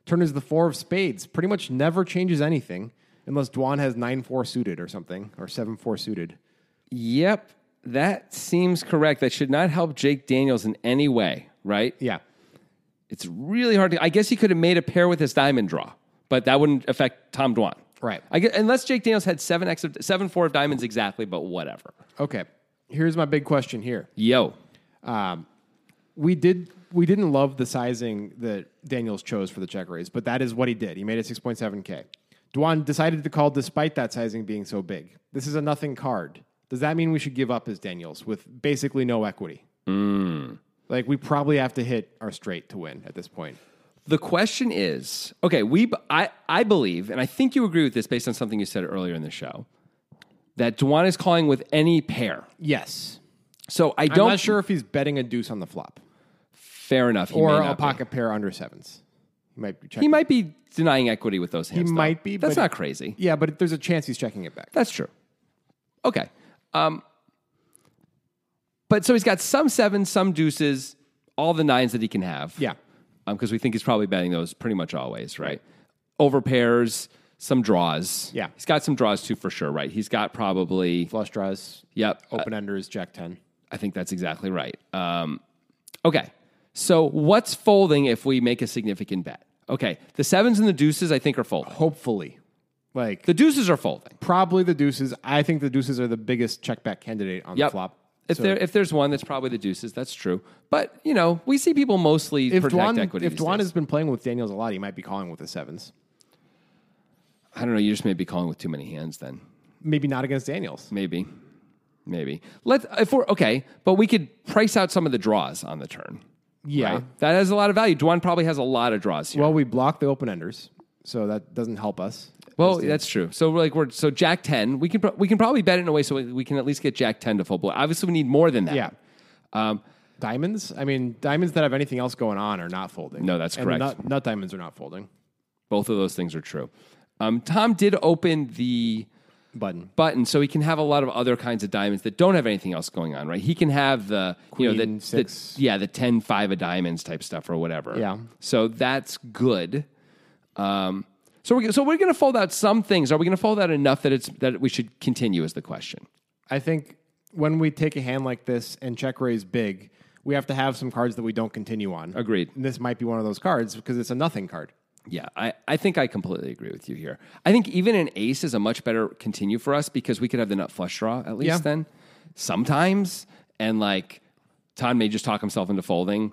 [SPEAKER 3] Turn is the 4 of spades. Pretty much never changes anything unless Dwan has 9 4 suited or something, or 7 4 suited.
[SPEAKER 1] Yep, that seems correct. That should not help Jake Daniels in any way, right?
[SPEAKER 3] Yeah.
[SPEAKER 1] It's really hard to. I guess he could have made a pair with his diamond draw, but that wouldn't affect Tom Dwan,
[SPEAKER 3] Right.
[SPEAKER 1] I guess, unless Jake Daniels had seven X of, seven four of diamonds exactly, but whatever.
[SPEAKER 3] Okay. Here's my big question here.
[SPEAKER 1] Yo,
[SPEAKER 3] We did we didn't love the sizing that Daniels chose for the check raise, but that is what he did. He made it 6.7k. Dwan decided to call despite that sizing being so big. This is a nothing card. Does that mean we should give up as Daniels with basically no equity? Hmm. Like we probably have to hit our straight to win at this point.
[SPEAKER 1] the question is, okay, we I I believe, and I think you agree with this based on something you said earlier in the show, that Dwan is calling with any pair.
[SPEAKER 3] Yes.
[SPEAKER 1] So I
[SPEAKER 3] I'm
[SPEAKER 1] don't
[SPEAKER 3] not sure if he's betting a deuce on the flop
[SPEAKER 1] Fair enough, he may
[SPEAKER 3] or
[SPEAKER 1] not
[SPEAKER 3] a
[SPEAKER 1] be.
[SPEAKER 3] pocket pair under sevens. He might be checking.
[SPEAKER 1] He might be denying equity with those hands. though.
[SPEAKER 3] might be,
[SPEAKER 1] That's
[SPEAKER 3] but-
[SPEAKER 1] not crazy.
[SPEAKER 3] Yeah, but there's a chance he's checking it back.
[SPEAKER 1] That's true. Okay. Um, but so he's got some sevens, some deuces, all the nines that he can have.
[SPEAKER 3] Yeah.
[SPEAKER 1] Because we think he's probably betting those pretty much always, right? Over pairs, some draws.
[SPEAKER 3] Yeah.
[SPEAKER 1] He's got some draws too for sure, right? He's got probably,
[SPEAKER 3] Flush draws.
[SPEAKER 1] yep, uh,
[SPEAKER 3] Open ender is jack 10.
[SPEAKER 1] I think that's exactly right. Um, okay. So what's folding if we make a significant bet? Okay. The sevens and the deuces, I think, are folding.
[SPEAKER 3] Hopefully. Like
[SPEAKER 1] The deuces are folding.
[SPEAKER 3] probably the deuces. I think the deuces are the biggest check back candidate on
[SPEAKER 1] Yep.
[SPEAKER 3] the flop.
[SPEAKER 1] If there if there's one, that's probably the deuces. That's true. But you know, we see people mostly
[SPEAKER 3] If
[SPEAKER 1] protect
[SPEAKER 3] Dwan,
[SPEAKER 1] equity.
[SPEAKER 3] if
[SPEAKER 1] these
[SPEAKER 3] Dwan
[SPEAKER 1] days.
[SPEAKER 3] has been playing with Daniels a lot, he might be calling with the sevens.
[SPEAKER 1] I don't know. You just may be calling with too many hands. Then
[SPEAKER 3] Maybe not against Daniels.
[SPEAKER 1] maybe, maybe. Let if we're okay, but we could price out some of the draws on the turn.
[SPEAKER 3] Yeah.
[SPEAKER 1] right? that has a lot of value. Dwan probably has a lot of draws here.
[SPEAKER 3] Well, we block the open enders, so that doesn't help us.
[SPEAKER 1] Well, that's true. So we're like we're so Jack ten. We can pro- we can probably bet it in a way so we, we can at least get Jack ten to full blow. Obviously, we need more than that.
[SPEAKER 3] Yeah. Um, diamonds. I mean, diamonds that have anything else going on are not folding.
[SPEAKER 1] No, that's
[SPEAKER 3] And
[SPEAKER 1] correct.
[SPEAKER 3] Nut, nut diamonds are not folding.
[SPEAKER 1] both of those things are true. Um, Tom did open the
[SPEAKER 3] Button.
[SPEAKER 1] button so he can have a lot of other kinds of diamonds that don't have anything else going on, right? He can have the you know
[SPEAKER 3] Queen,
[SPEAKER 1] the,
[SPEAKER 3] six.
[SPEAKER 1] the yeah the 10 5 of diamonds type stuff or whatever.
[SPEAKER 3] Yeah.
[SPEAKER 1] So that's good. Um, so we're so we're going to fold out some things. Are we going to fold out enough that it's that we should continue is the question.
[SPEAKER 3] I think when we take a hand like this and check raise big, we have to have some cards that we don't continue on.
[SPEAKER 1] Agreed.
[SPEAKER 3] And this might be one of those cards because it's a nothing card.
[SPEAKER 1] Yeah, I, I think I completely agree with you here. I think even an ace is a much better continue for us because we could have the nut flush draw at least
[SPEAKER 3] Yeah.
[SPEAKER 1] then sometimes. And like Todd may just talk himself into folding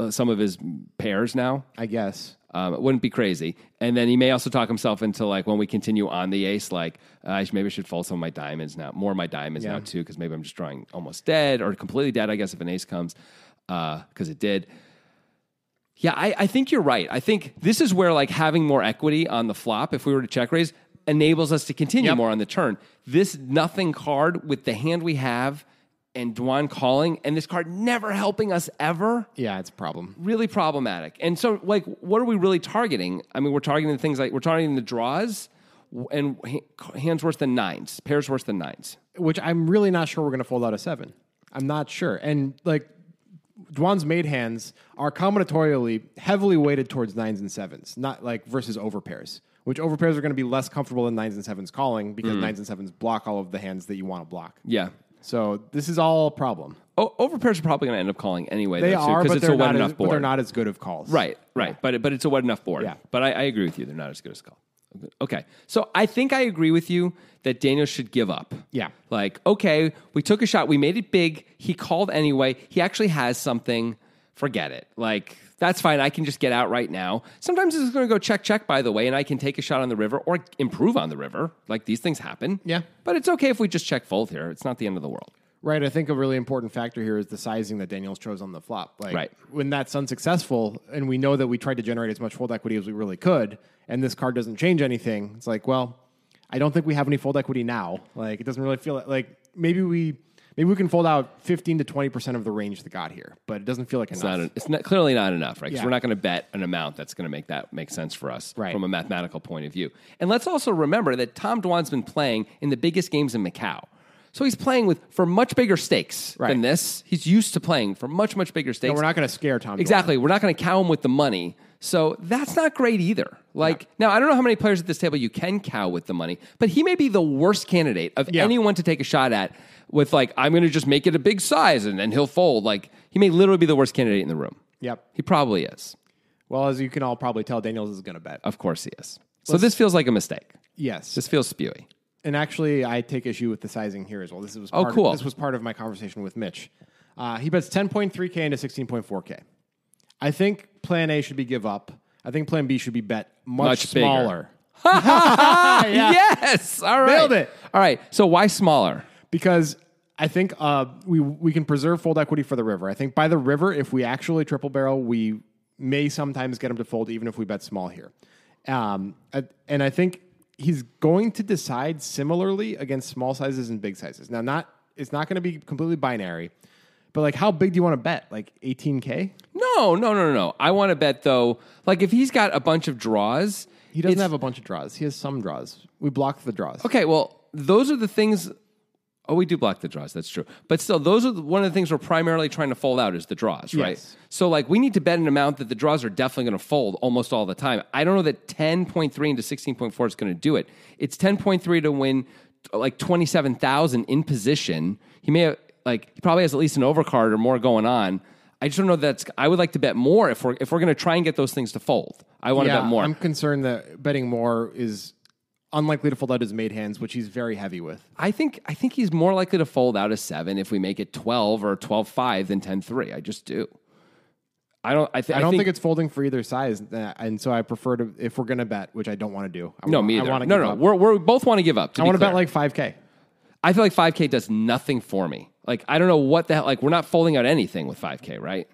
[SPEAKER 1] uh, some of his pairs now.
[SPEAKER 3] I guess.
[SPEAKER 1] Um, it wouldn't be crazy. And then he may also talk himself into like when we continue on the ace, like uh, I sh- maybe I should fold some of my diamonds now, more of my diamonds now too, because maybe I'm just drawing almost dead or completely dead, I guess, if an ace comes, because it did. Yeah, I, I think you're right. I think this is where like having more equity on the flop, if we were to check raise, enables us to continue
[SPEAKER 3] Yep.
[SPEAKER 1] more on the turn. This nothing card with the hand we have and Dwan calling and this card never helping us ever
[SPEAKER 3] Yeah, it's a problem.
[SPEAKER 1] really problematic. And so, like, what are we really targeting? I mean, we're targeting things like we're targeting the draws w- and ha- hands worse than nines, pairs worse than nines.
[SPEAKER 3] Which I'm really not sure we're going to fold out a seven. I'm not sure. And like, Dwan's made hands are combinatorially heavily weighted towards nines and sevens, not like versus overpairs, which overpairs are going to be less comfortable than nines and sevens calling because nines and sevens block all of the hands that you want to block.
[SPEAKER 1] Yeah.
[SPEAKER 3] So this is all a problem.
[SPEAKER 1] O- overpairs are probably going to end up calling anyway.
[SPEAKER 3] They
[SPEAKER 1] though,
[SPEAKER 3] are,
[SPEAKER 1] because
[SPEAKER 3] but
[SPEAKER 1] it's
[SPEAKER 3] they're,
[SPEAKER 1] a wet
[SPEAKER 3] not
[SPEAKER 1] enough
[SPEAKER 3] as, but
[SPEAKER 1] board.
[SPEAKER 3] they're not as good of calls.
[SPEAKER 1] Right, right. But but it's a wet enough board.
[SPEAKER 3] Yeah.
[SPEAKER 1] But I, I agree with you. They're not as good as call. Okay. So I think I agree with you that Daniel should give up.
[SPEAKER 3] Yeah.
[SPEAKER 1] Like, okay, we took a shot, we made it big, he called anyway, he actually has something. Forget it. Like, that's fine. I can just get out right now. Sometimes it's going to go check, check, by the way, and I can take a shot on the river or improve on the river. Like, these things happen.
[SPEAKER 3] Yeah.
[SPEAKER 1] But it's okay if we just check fold here. It's not the end of the world.
[SPEAKER 3] Right. I think a really important factor here is the sizing that Daniels chose on the flop. Like
[SPEAKER 1] Right.
[SPEAKER 3] when that's unsuccessful and we know that we tried to generate as much fold equity as we really could, and this card doesn't change anything, it's like, well, I don't think we have any fold equity now. Like it doesn't really feel like, like maybe we maybe we can fold out fifteen to twenty percent of the range that got here, but it doesn't feel like enough.
[SPEAKER 1] not en- it's not, clearly not enough, right? Because
[SPEAKER 3] Yeah.
[SPEAKER 1] we're not going to bet an amount that's going to make that make sense for us
[SPEAKER 3] Right.
[SPEAKER 1] from a mathematical point of view. And let's also remember that Tom Dwan's been playing in the biggest games in Macau. So he's playing with for much bigger stakes
[SPEAKER 3] Right.
[SPEAKER 1] than this. He's used to playing for much, much bigger stakes.
[SPEAKER 3] we're not gonna scare Tom Dwan.
[SPEAKER 1] Exactly. We're not going to cow him with the money. So that's not great either. Like now, I don't know how many players at this table you can cow with the money, but he may be the worst candidate of
[SPEAKER 3] Yeah.
[SPEAKER 1] anyone to take a shot at. With like, I'm going to just make it a big size and then he'll fold. Like he may literally be the worst candidate in the room.
[SPEAKER 3] Yep.
[SPEAKER 1] He probably is.
[SPEAKER 3] Well, as you can all probably tell, Daniels is gonna bet.
[SPEAKER 1] Of course he is. So this feels like a mistake.
[SPEAKER 3] yes.
[SPEAKER 1] This feels spewy.
[SPEAKER 3] and actually, I take issue with the sizing here as well. This was part
[SPEAKER 1] Oh, cool.
[SPEAKER 3] Of, this was part of my conversation with Mitch. Uh, he bets 10.3k into 16.4k. I think Plan A should be give up. I think Plan B should be bet much,
[SPEAKER 1] Much bigger.
[SPEAKER 3] smaller
[SPEAKER 1] Yes. All right.
[SPEAKER 3] Nailed it.
[SPEAKER 1] All right. So why smaller?
[SPEAKER 3] because I think uh, we we can preserve fold equity for the river. I think by the river, if we actually triple barrel, we may sometimes get him to fold even if we bet small here. Um, I- and I think he's going to decide similarly against small sizes and big sizes. Now, not it's not going to be completely binary, but like how big do you want to bet? Like 18k?
[SPEAKER 1] No, no, no, no, no. I want to bet though, like if he's got a bunch of draws,
[SPEAKER 3] He doesn't
[SPEAKER 1] it's-
[SPEAKER 3] have a bunch of draws. He has some draws. We block the draws.
[SPEAKER 1] Okay, well, those are the things. Oh, we do block the draws. That's true. But still, those are the, one of the things we're primarily trying to fold out is the draws, right?
[SPEAKER 3] Yes.
[SPEAKER 1] So, like, we need to bet an amount that the draws are definitely going to fold almost all the time. I don't know that 10.3 into 16.4 is going to do it. It's 10.3 to win like 27,000 in position. He may have, like, he probably has at least an overcard or more going on. I just don't know that's, I would like to bet more if we're, if we're going to try and get those things to fold. I want to bet more.
[SPEAKER 3] I'm concerned that betting more is unlikely to fold out his made hands, which he's very heavy with.
[SPEAKER 1] I think I think he's more likely to fold out a seven if we make it twelve or 12-5 than 10-3. I just do. I don't. I, th-
[SPEAKER 3] I don't think, it's folding for either size, uh, and so I prefer to if we're gonna bet, which I don't want to do. I
[SPEAKER 1] no
[SPEAKER 3] wa-
[SPEAKER 1] me
[SPEAKER 3] I
[SPEAKER 1] either.
[SPEAKER 3] wanna
[SPEAKER 1] no,
[SPEAKER 3] give
[SPEAKER 1] no,
[SPEAKER 3] up.
[SPEAKER 1] we're, we're we both want to give up. To
[SPEAKER 3] I
[SPEAKER 1] be
[SPEAKER 3] want to bet
[SPEAKER 1] clear.
[SPEAKER 3] like five k.
[SPEAKER 1] I feel like five k does nothing for me. Like I don't know what the hell. Like we're not folding out anything with five k, right?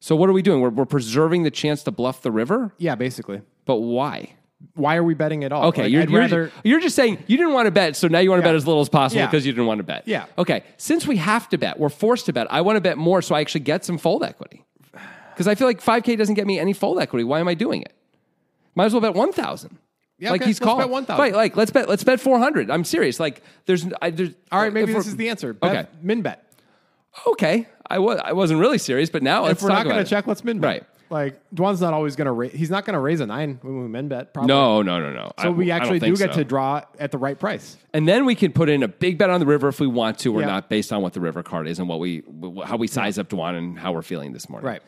[SPEAKER 1] So what are we doing? We're we're preserving the chance to bluff the river,
[SPEAKER 3] Yeah, basically.
[SPEAKER 1] but why?
[SPEAKER 3] Why are we betting at all?
[SPEAKER 1] Okay,
[SPEAKER 3] Like,
[SPEAKER 1] you're,
[SPEAKER 3] I'd
[SPEAKER 1] you're,
[SPEAKER 3] rather.
[SPEAKER 1] you're just saying you didn't want to bet, so now you want to
[SPEAKER 3] Yeah.
[SPEAKER 1] bet as little as possible
[SPEAKER 3] Yeah.
[SPEAKER 1] because you didn't want to bet.
[SPEAKER 3] Yeah.
[SPEAKER 1] Okay, since we have to bet, we're forced to bet. I want to bet more so I actually get some fold equity because I feel like 5K doesn't get me any fold equity. Why am I doing it? Might as well bet 1,000.
[SPEAKER 3] Yeah,
[SPEAKER 1] like
[SPEAKER 3] okay,
[SPEAKER 1] he's
[SPEAKER 3] let's
[SPEAKER 1] calling
[SPEAKER 3] bet 1,000.
[SPEAKER 1] Right, like let's bet let's bet 400. I'm serious. Like there's, I, there's
[SPEAKER 3] all right, maybe
[SPEAKER 1] if
[SPEAKER 3] this
[SPEAKER 1] we're-
[SPEAKER 3] is the answer. Bet,
[SPEAKER 1] Okay,
[SPEAKER 3] okay, min bet.
[SPEAKER 1] okay. I was I wasn't really serious, but now
[SPEAKER 3] If
[SPEAKER 1] let's
[SPEAKER 3] we're
[SPEAKER 1] talk
[SPEAKER 3] not
[SPEAKER 1] about
[SPEAKER 3] gonna
[SPEAKER 1] it.
[SPEAKER 3] check, let's min bet.
[SPEAKER 1] Right.
[SPEAKER 3] Like Dwan's not always gonna raise. He's not gonna raise a nine when we min bet. Probably.
[SPEAKER 1] No, no, no, no.
[SPEAKER 3] So
[SPEAKER 1] I-
[SPEAKER 3] we
[SPEAKER 1] I don't
[SPEAKER 3] actually do
[SPEAKER 1] think
[SPEAKER 3] get
[SPEAKER 1] so.
[SPEAKER 3] to draw at the right price.
[SPEAKER 1] and then we can put in a big bet on the river if we want to or
[SPEAKER 3] Yeah.
[SPEAKER 1] not, based on what the river card is and what we wh- how we size up Duan and how we're feeling this morning.
[SPEAKER 3] Right.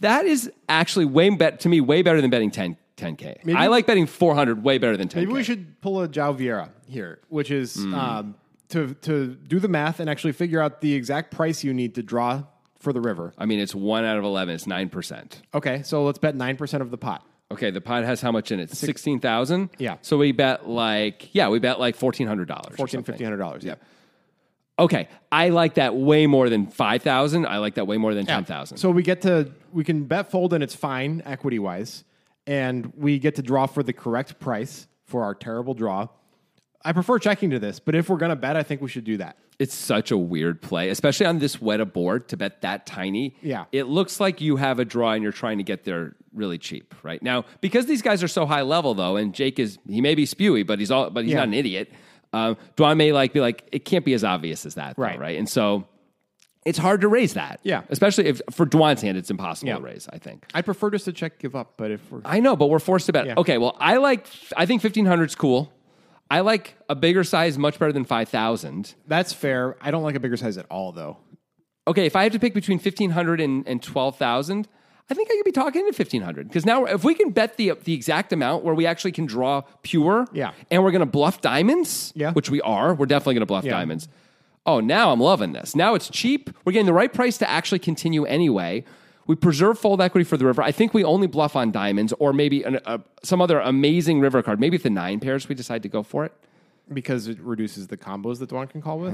[SPEAKER 1] That is actually way bet to me way better than betting 10 10k. I like betting 400 way better than 10k.
[SPEAKER 3] Maybe we should pull a Jao Vieira here, which is
[SPEAKER 1] Hmm.
[SPEAKER 3] um, to to do the math and actually figure out the exact price you need to draw for the river.
[SPEAKER 1] I mean, it's one out of 11. It's nine percent.
[SPEAKER 3] Okay, so let's bet nine percent of the pot.
[SPEAKER 1] Okay, the pot has how much in it? Sixteen thousand.
[SPEAKER 3] Yeah.
[SPEAKER 1] So we bet like yeah, we bet like fourteen hundred dollars.
[SPEAKER 3] Fourteen, fifteen hundred dollars. Yeah.
[SPEAKER 1] Okay, I like that way more than five thousand. I like that way more than ten thousand.
[SPEAKER 3] So we get to we can bet fold and it's fine equity wise, and we get to draw for the correct price for our terrible draw. I prefer checking to this, but if we're gonna bet, I think we should do that.
[SPEAKER 1] It's such a weird play, especially on this wet a board to bet that tiny.
[SPEAKER 3] Yeah.
[SPEAKER 1] It looks like you have a draw and you're trying to get there really cheap right now because these guys are so high level though, and Jake is he may be spewy, but he's all but he's
[SPEAKER 3] Yeah.
[SPEAKER 1] not an idiot. Um, Dwan may like be like it can't be as obvious as that, though,
[SPEAKER 3] Right.
[SPEAKER 1] Right, and so it's hard to raise that.
[SPEAKER 3] Yeah.
[SPEAKER 1] especially if for Dwan's hand, it's impossible
[SPEAKER 3] Yeah.
[SPEAKER 1] to raise. I think.
[SPEAKER 3] I prefer just to check give up, but if we're
[SPEAKER 1] I know, but we're forced to bet.
[SPEAKER 3] Yeah.
[SPEAKER 1] Okay, well, I like. I think fifteen hundred's cool. I like a bigger size much better than five thousand.
[SPEAKER 3] that's fair. I don't like a bigger size at all though.
[SPEAKER 1] okay, if I have to pick between 1500 and, and 12,000, I think I could be talking to 1500 because now if we can bet the the exact amount where we actually can draw pure
[SPEAKER 3] Yeah.
[SPEAKER 1] and we're going to bluff diamonds,
[SPEAKER 3] Yeah.
[SPEAKER 1] which we are, we're definitely going to bluff
[SPEAKER 3] Yeah.
[SPEAKER 1] diamonds. Oh, now I'm loving this. Now it's cheap. We're getting the right price to actually continue anyway. We preserve fold equity for the river. I think we only bluff on diamonds or maybe an, a, some other amazing river card. Maybe if the nine pairs we decide to go for it.
[SPEAKER 3] Because it reduces the combos that Dwan can call with.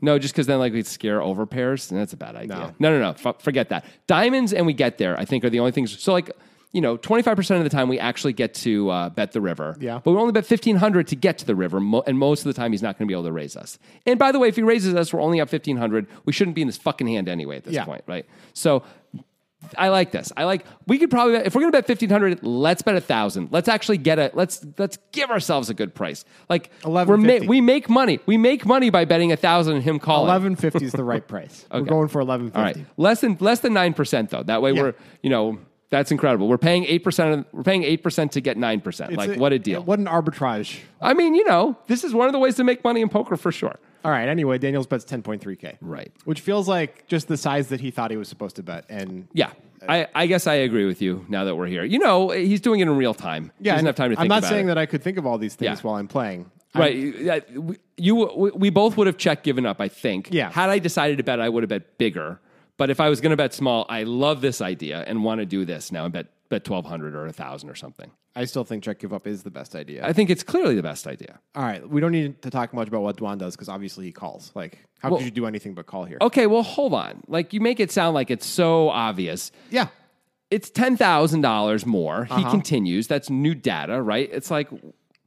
[SPEAKER 1] No, just because then like we'd scare over pairs, and that's a bad idea.
[SPEAKER 3] No.
[SPEAKER 1] No, no, no. F- forget that. Diamonds and we get there, I think, are the only things. So like, you know, twenty five percent of the time we actually get to uh, bet the river.
[SPEAKER 3] Yeah.
[SPEAKER 1] But we only bet fifteen hundred to get to the river, mo- and most of the time he's not going to be able to raise us. And by the way, if he raises us, we're only up fifteen hundred. We shouldn't be in this fucking hand anyway at this
[SPEAKER 3] Yeah.
[SPEAKER 1] point, right? So. I like this. I like. We could probably bet, if we're going to bet fifteen hundred, let's bet a thousand. Let's actually get a. Let's let's give ourselves a good price. Like we're ma-
[SPEAKER 3] 1150.
[SPEAKER 1] we make money. We make money by betting a thousand and him calling.
[SPEAKER 3] Eleven fifty is the right price. We're going for eleven fifty.
[SPEAKER 1] All right, less than less than nine percent though. That way
[SPEAKER 3] Yeah.
[SPEAKER 1] we're you know that's incredible. We're paying eight percent. We're paying eight percent to get nine percent. Like what a deal.
[SPEAKER 3] What an arbitrage.
[SPEAKER 1] I mean, you know, this is one of the ways to make money in poker for sure.
[SPEAKER 3] All right. Anyway, Daniels bets ten point three k.
[SPEAKER 1] Right.
[SPEAKER 3] Which feels like just the size that he thought he was supposed to bet, and
[SPEAKER 1] Yeah. I, I guess I agree with you now that we're here. You know, he's doing it in real time.
[SPEAKER 3] Yeah,
[SPEAKER 1] he doesn't
[SPEAKER 3] and
[SPEAKER 1] have time to
[SPEAKER 3] I'm
[SPEAKER 1] think
[SPEAKER 3] not
[SPEAKER 1] about
[SPEAKER 3] saying
[SPEAKER 1] it.
[SPEAKER 3] that I could think of all these things
[SPEAKER 1] Yeah.
[SPEAKER 3] while I'm playing. I-
[SPEAKER 1] Right. Yeah, we- You, we, we both would have checked given up, I think.
[SPEAKER 3] Yeah.
[SPEAKER 1] Had I decided to bet, I would have bet bigger. But if I was going to bet small, I love this idea and want to do this now and bet, bet 1200 or 1000 or something.
[SPEAKER 3] I still think check give up is the best idea.
[SPEAKER 1] I think it's clearly the best idea.
[SPEAKER 3] All right, we don't need to talk much about what Dwan does because obviously he calls. Like, how could you do anything but call here?
[SPEAKER 1] Okay, well, hold on. Like, you make it sound like it's so obvious.
[SPEAKER 3] Yeah,
[SPEAKER 1] It's $10,000 more.
[SPEAKER 3] Uh-huh.
[SPEAKER 1] He continues. That's new data, right? It's like,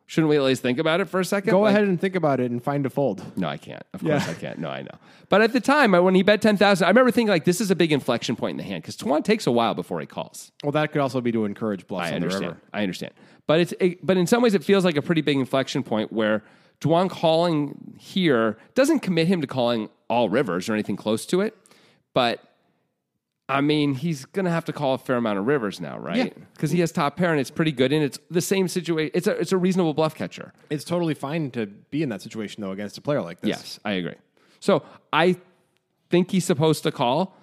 [SPEAKER 1] shouldn't we at least think about it for a second?
[SPEAKER 3] go
[SPEAKER 1] Like-
[SPEAKER 3] ahead and think about it and find a fold.
[SPEAKER 1] No, I can't. Of
[SPEAKER 3] Yeah.
[SPEAKER 1] course I can't. No, I know. But at the time, I- when he bet 10,000, I remember thinking like this is a big inflection point in the hand because Tuan takes a while before he calls.
[SPEAKER 3] Well, that could also be to encourage bluffs
[SPEAKER 1] I
[SPEAKER 3] on the
[SPEAKER 1] understand.
[SPEAKER 3] river.
[SPEAKER 1] I understand. But it's it, but in some ways it feels like a pretty big inflection point where Tuan calling here doesn't commit him to calling all rivers or anything close to it, but I mean, he's going to have to call a fair amount of rivers now, right?
[SPEAKER 3] Yeah.
[SPEAKER 1] Because he has top pair and it's pretty good and it's the same situation. It's a it's a reasonable bluff catcher.
[SPEAKER 3] It's totally fine to be in that situation though against a player like this.
[SPEAKER 1] Yes, I agree. So I think he's supposed to call,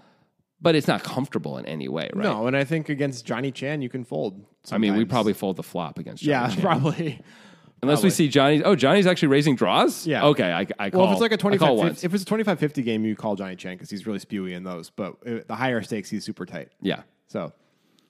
[SPEAKER 1] but it's not comfortable in any way, right?
[SPEAKER 3] No, and I think against Johnny Chan you can fold.
[SPEAKER 1] I mean, we
[SPEAKER 3] sometimes.
[SPEAKER 1] probably fold the flop against. Johnny
[SPEAKER 3] yeah
[SPEAKER 1] Chan.
[SPEAKER 3] probably.
[SPEAKER 1] Unless we see Johnny. Oh, Johnny's actually raising draws?
[SPEAKER 3] Yeah.
[SPEAKER 1] Okay, I, I call
[SPEAKER 3] well, if it's like a
[SPEAKER 1] I call
[SPEAKER 3] 25
[SPEAKER 1] once.
[SPEAKER 3] if it's a 25 50 game, you call Johnny Chen because he's really spewy in those. But uh, the higher stakes, he's super tight.
[SPEAKER 1] Yeah.
[SPEAKER 3] So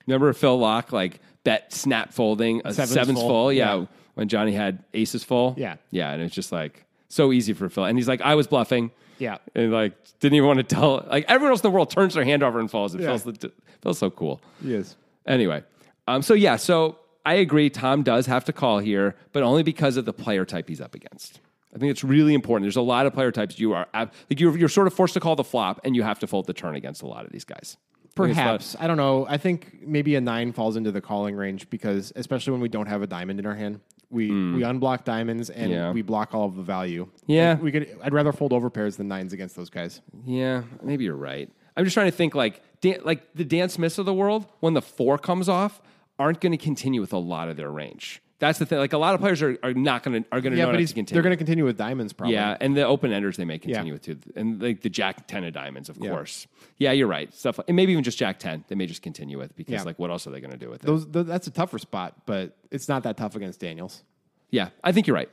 [SPEAKER 1] Remember Phil Locke, like bet snap folding, a sevens,
[SPEAKER 3] Sevens
[SPEAKER 1] full?
[SPEAKER 3] full.
[SPEAKER 1] Yeah.
[SPEAKER 3] Yeah.
[SPEAKER 1] When Johnny had aces full?
[SPEAKER 3] Yeah.
[SPEAKER 1] Yeah. And it's just like so easy for Phil. And he's like, I was bluffing.
[SPEAKER 3] Yeah.
[SPEAKER 1] And like, didn't even want to tell. Like, everyone else in the world turns their hand over and falls. It
[SPEAKER 3] Yeah.
[SPEAKER 1] feels, the- feels so cool.
[SPEAKER 3] he is.
[SPEAKER 1] Anyway, um, so yeah, so I agree. Tom does have to call here, but only because of the player type he's up against. I think it's really important. There's a lot of player types you are ab- like you're, you're sort of forced to call the flop, and you have to fold the turn against a lot of these guys. I think it's not-
[SPEAKER 3] Perhaps. I don't know. I think maybe a nine falls into the calling range because, especially when we don't have a diamond in our hand, we, we unblock diamonds and
[SPEAKER 1] Yeah.
[SPEAKER 3] we block all of the value.
[SPEAKER 1] Yeah.
[SPEAKER 3] We could, I'd rather fold over pairs than nines against those guys.
[SPEAKER 1] yeah, maybe you're right. I'm just trying to think like dan- like the Dan Smiths of the world when the four comes off aren't going to continue with a lot of their range. That's the thing. Like a lot of players are, are not going to are going to
[SPEAKER 3] Yeah,
[SPEAKER 1] know
[SPEAKER 3] but
[SPEAKER 1] not
[SPEAKER 3] he's,
[SPEAKER 1] to continue.
[SPEAKER 3] they're going to continue with diamonds probably.
[SPEAKER 1] Yeah, and the open enders they may continue
[SPEAKER 3] Yeah.
[SPEAKER 1] with too, and like the Jack Ten of Diamonds, of course. Yeah, you're right. Stuff, like, and maybe even just Jack Ten, they may just continue with because
[SPEAKER 3] Yeah.
[SPEAKER 1] like what else are they going to do with it?
[SPEAKER 3] Those, th- that's a tougher spot, but it's not that tough against Daniels.
[SPEAKER 1] yeah, I think you're right.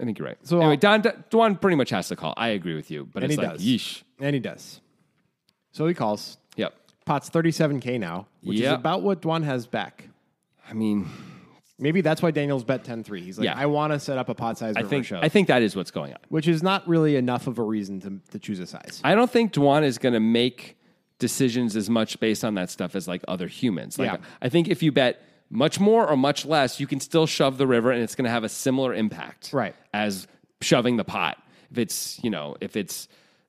[SPEAKER 1] I think you're right. So
[SPEAKER 3] So-
[SPEAKER 1] anyway, Don Don pretty much has to call. I agree with you, but
[SPEAKER 3] And
[SPEAKER 1] it's
[SPEAKER 3] he
[SPEAKER 1] like
[SPEAKER 3] does.
[SPEAKER 1] yeesh.
[SPEAKER 3] And he does. So he calls.
[SPEAKER 1] Yep.
[SPEAKER 3] Pot's 37K now, which
[SPEAKER 1] Yeah.
[SPEAKER 3] is about what Dwan has back.
[SPEAKER 1] I mean,
[SPEAKER 3] Maybe that's why Daniels bet 10 3. He's like,
[SPEAKER 1] Yeah.
[SPEAKER 3] I want to set up a pot size
[SPEAKER 1] I
[SPEAKER 3] river
[SPEAKER 1] think
[SPEAKER 3] shove,
[SPEAKER 1] I think that is what's going on.
[SPEAKER 3] which is not really enough of a reason to, to choose a size.
[SPEAKER 1] I don't think Dwan is going to make decisions as much based on that stuff as like other humans. Like
[SPEAKER 3] Yeah.
[SPEAKER 1] I think if you bet much more or much less, you can still shove the river and it's going to have a similar impact
[SPEAKER 3] Right.
[SPEAKER 1] as shoving the pot. If it's, you know, if it's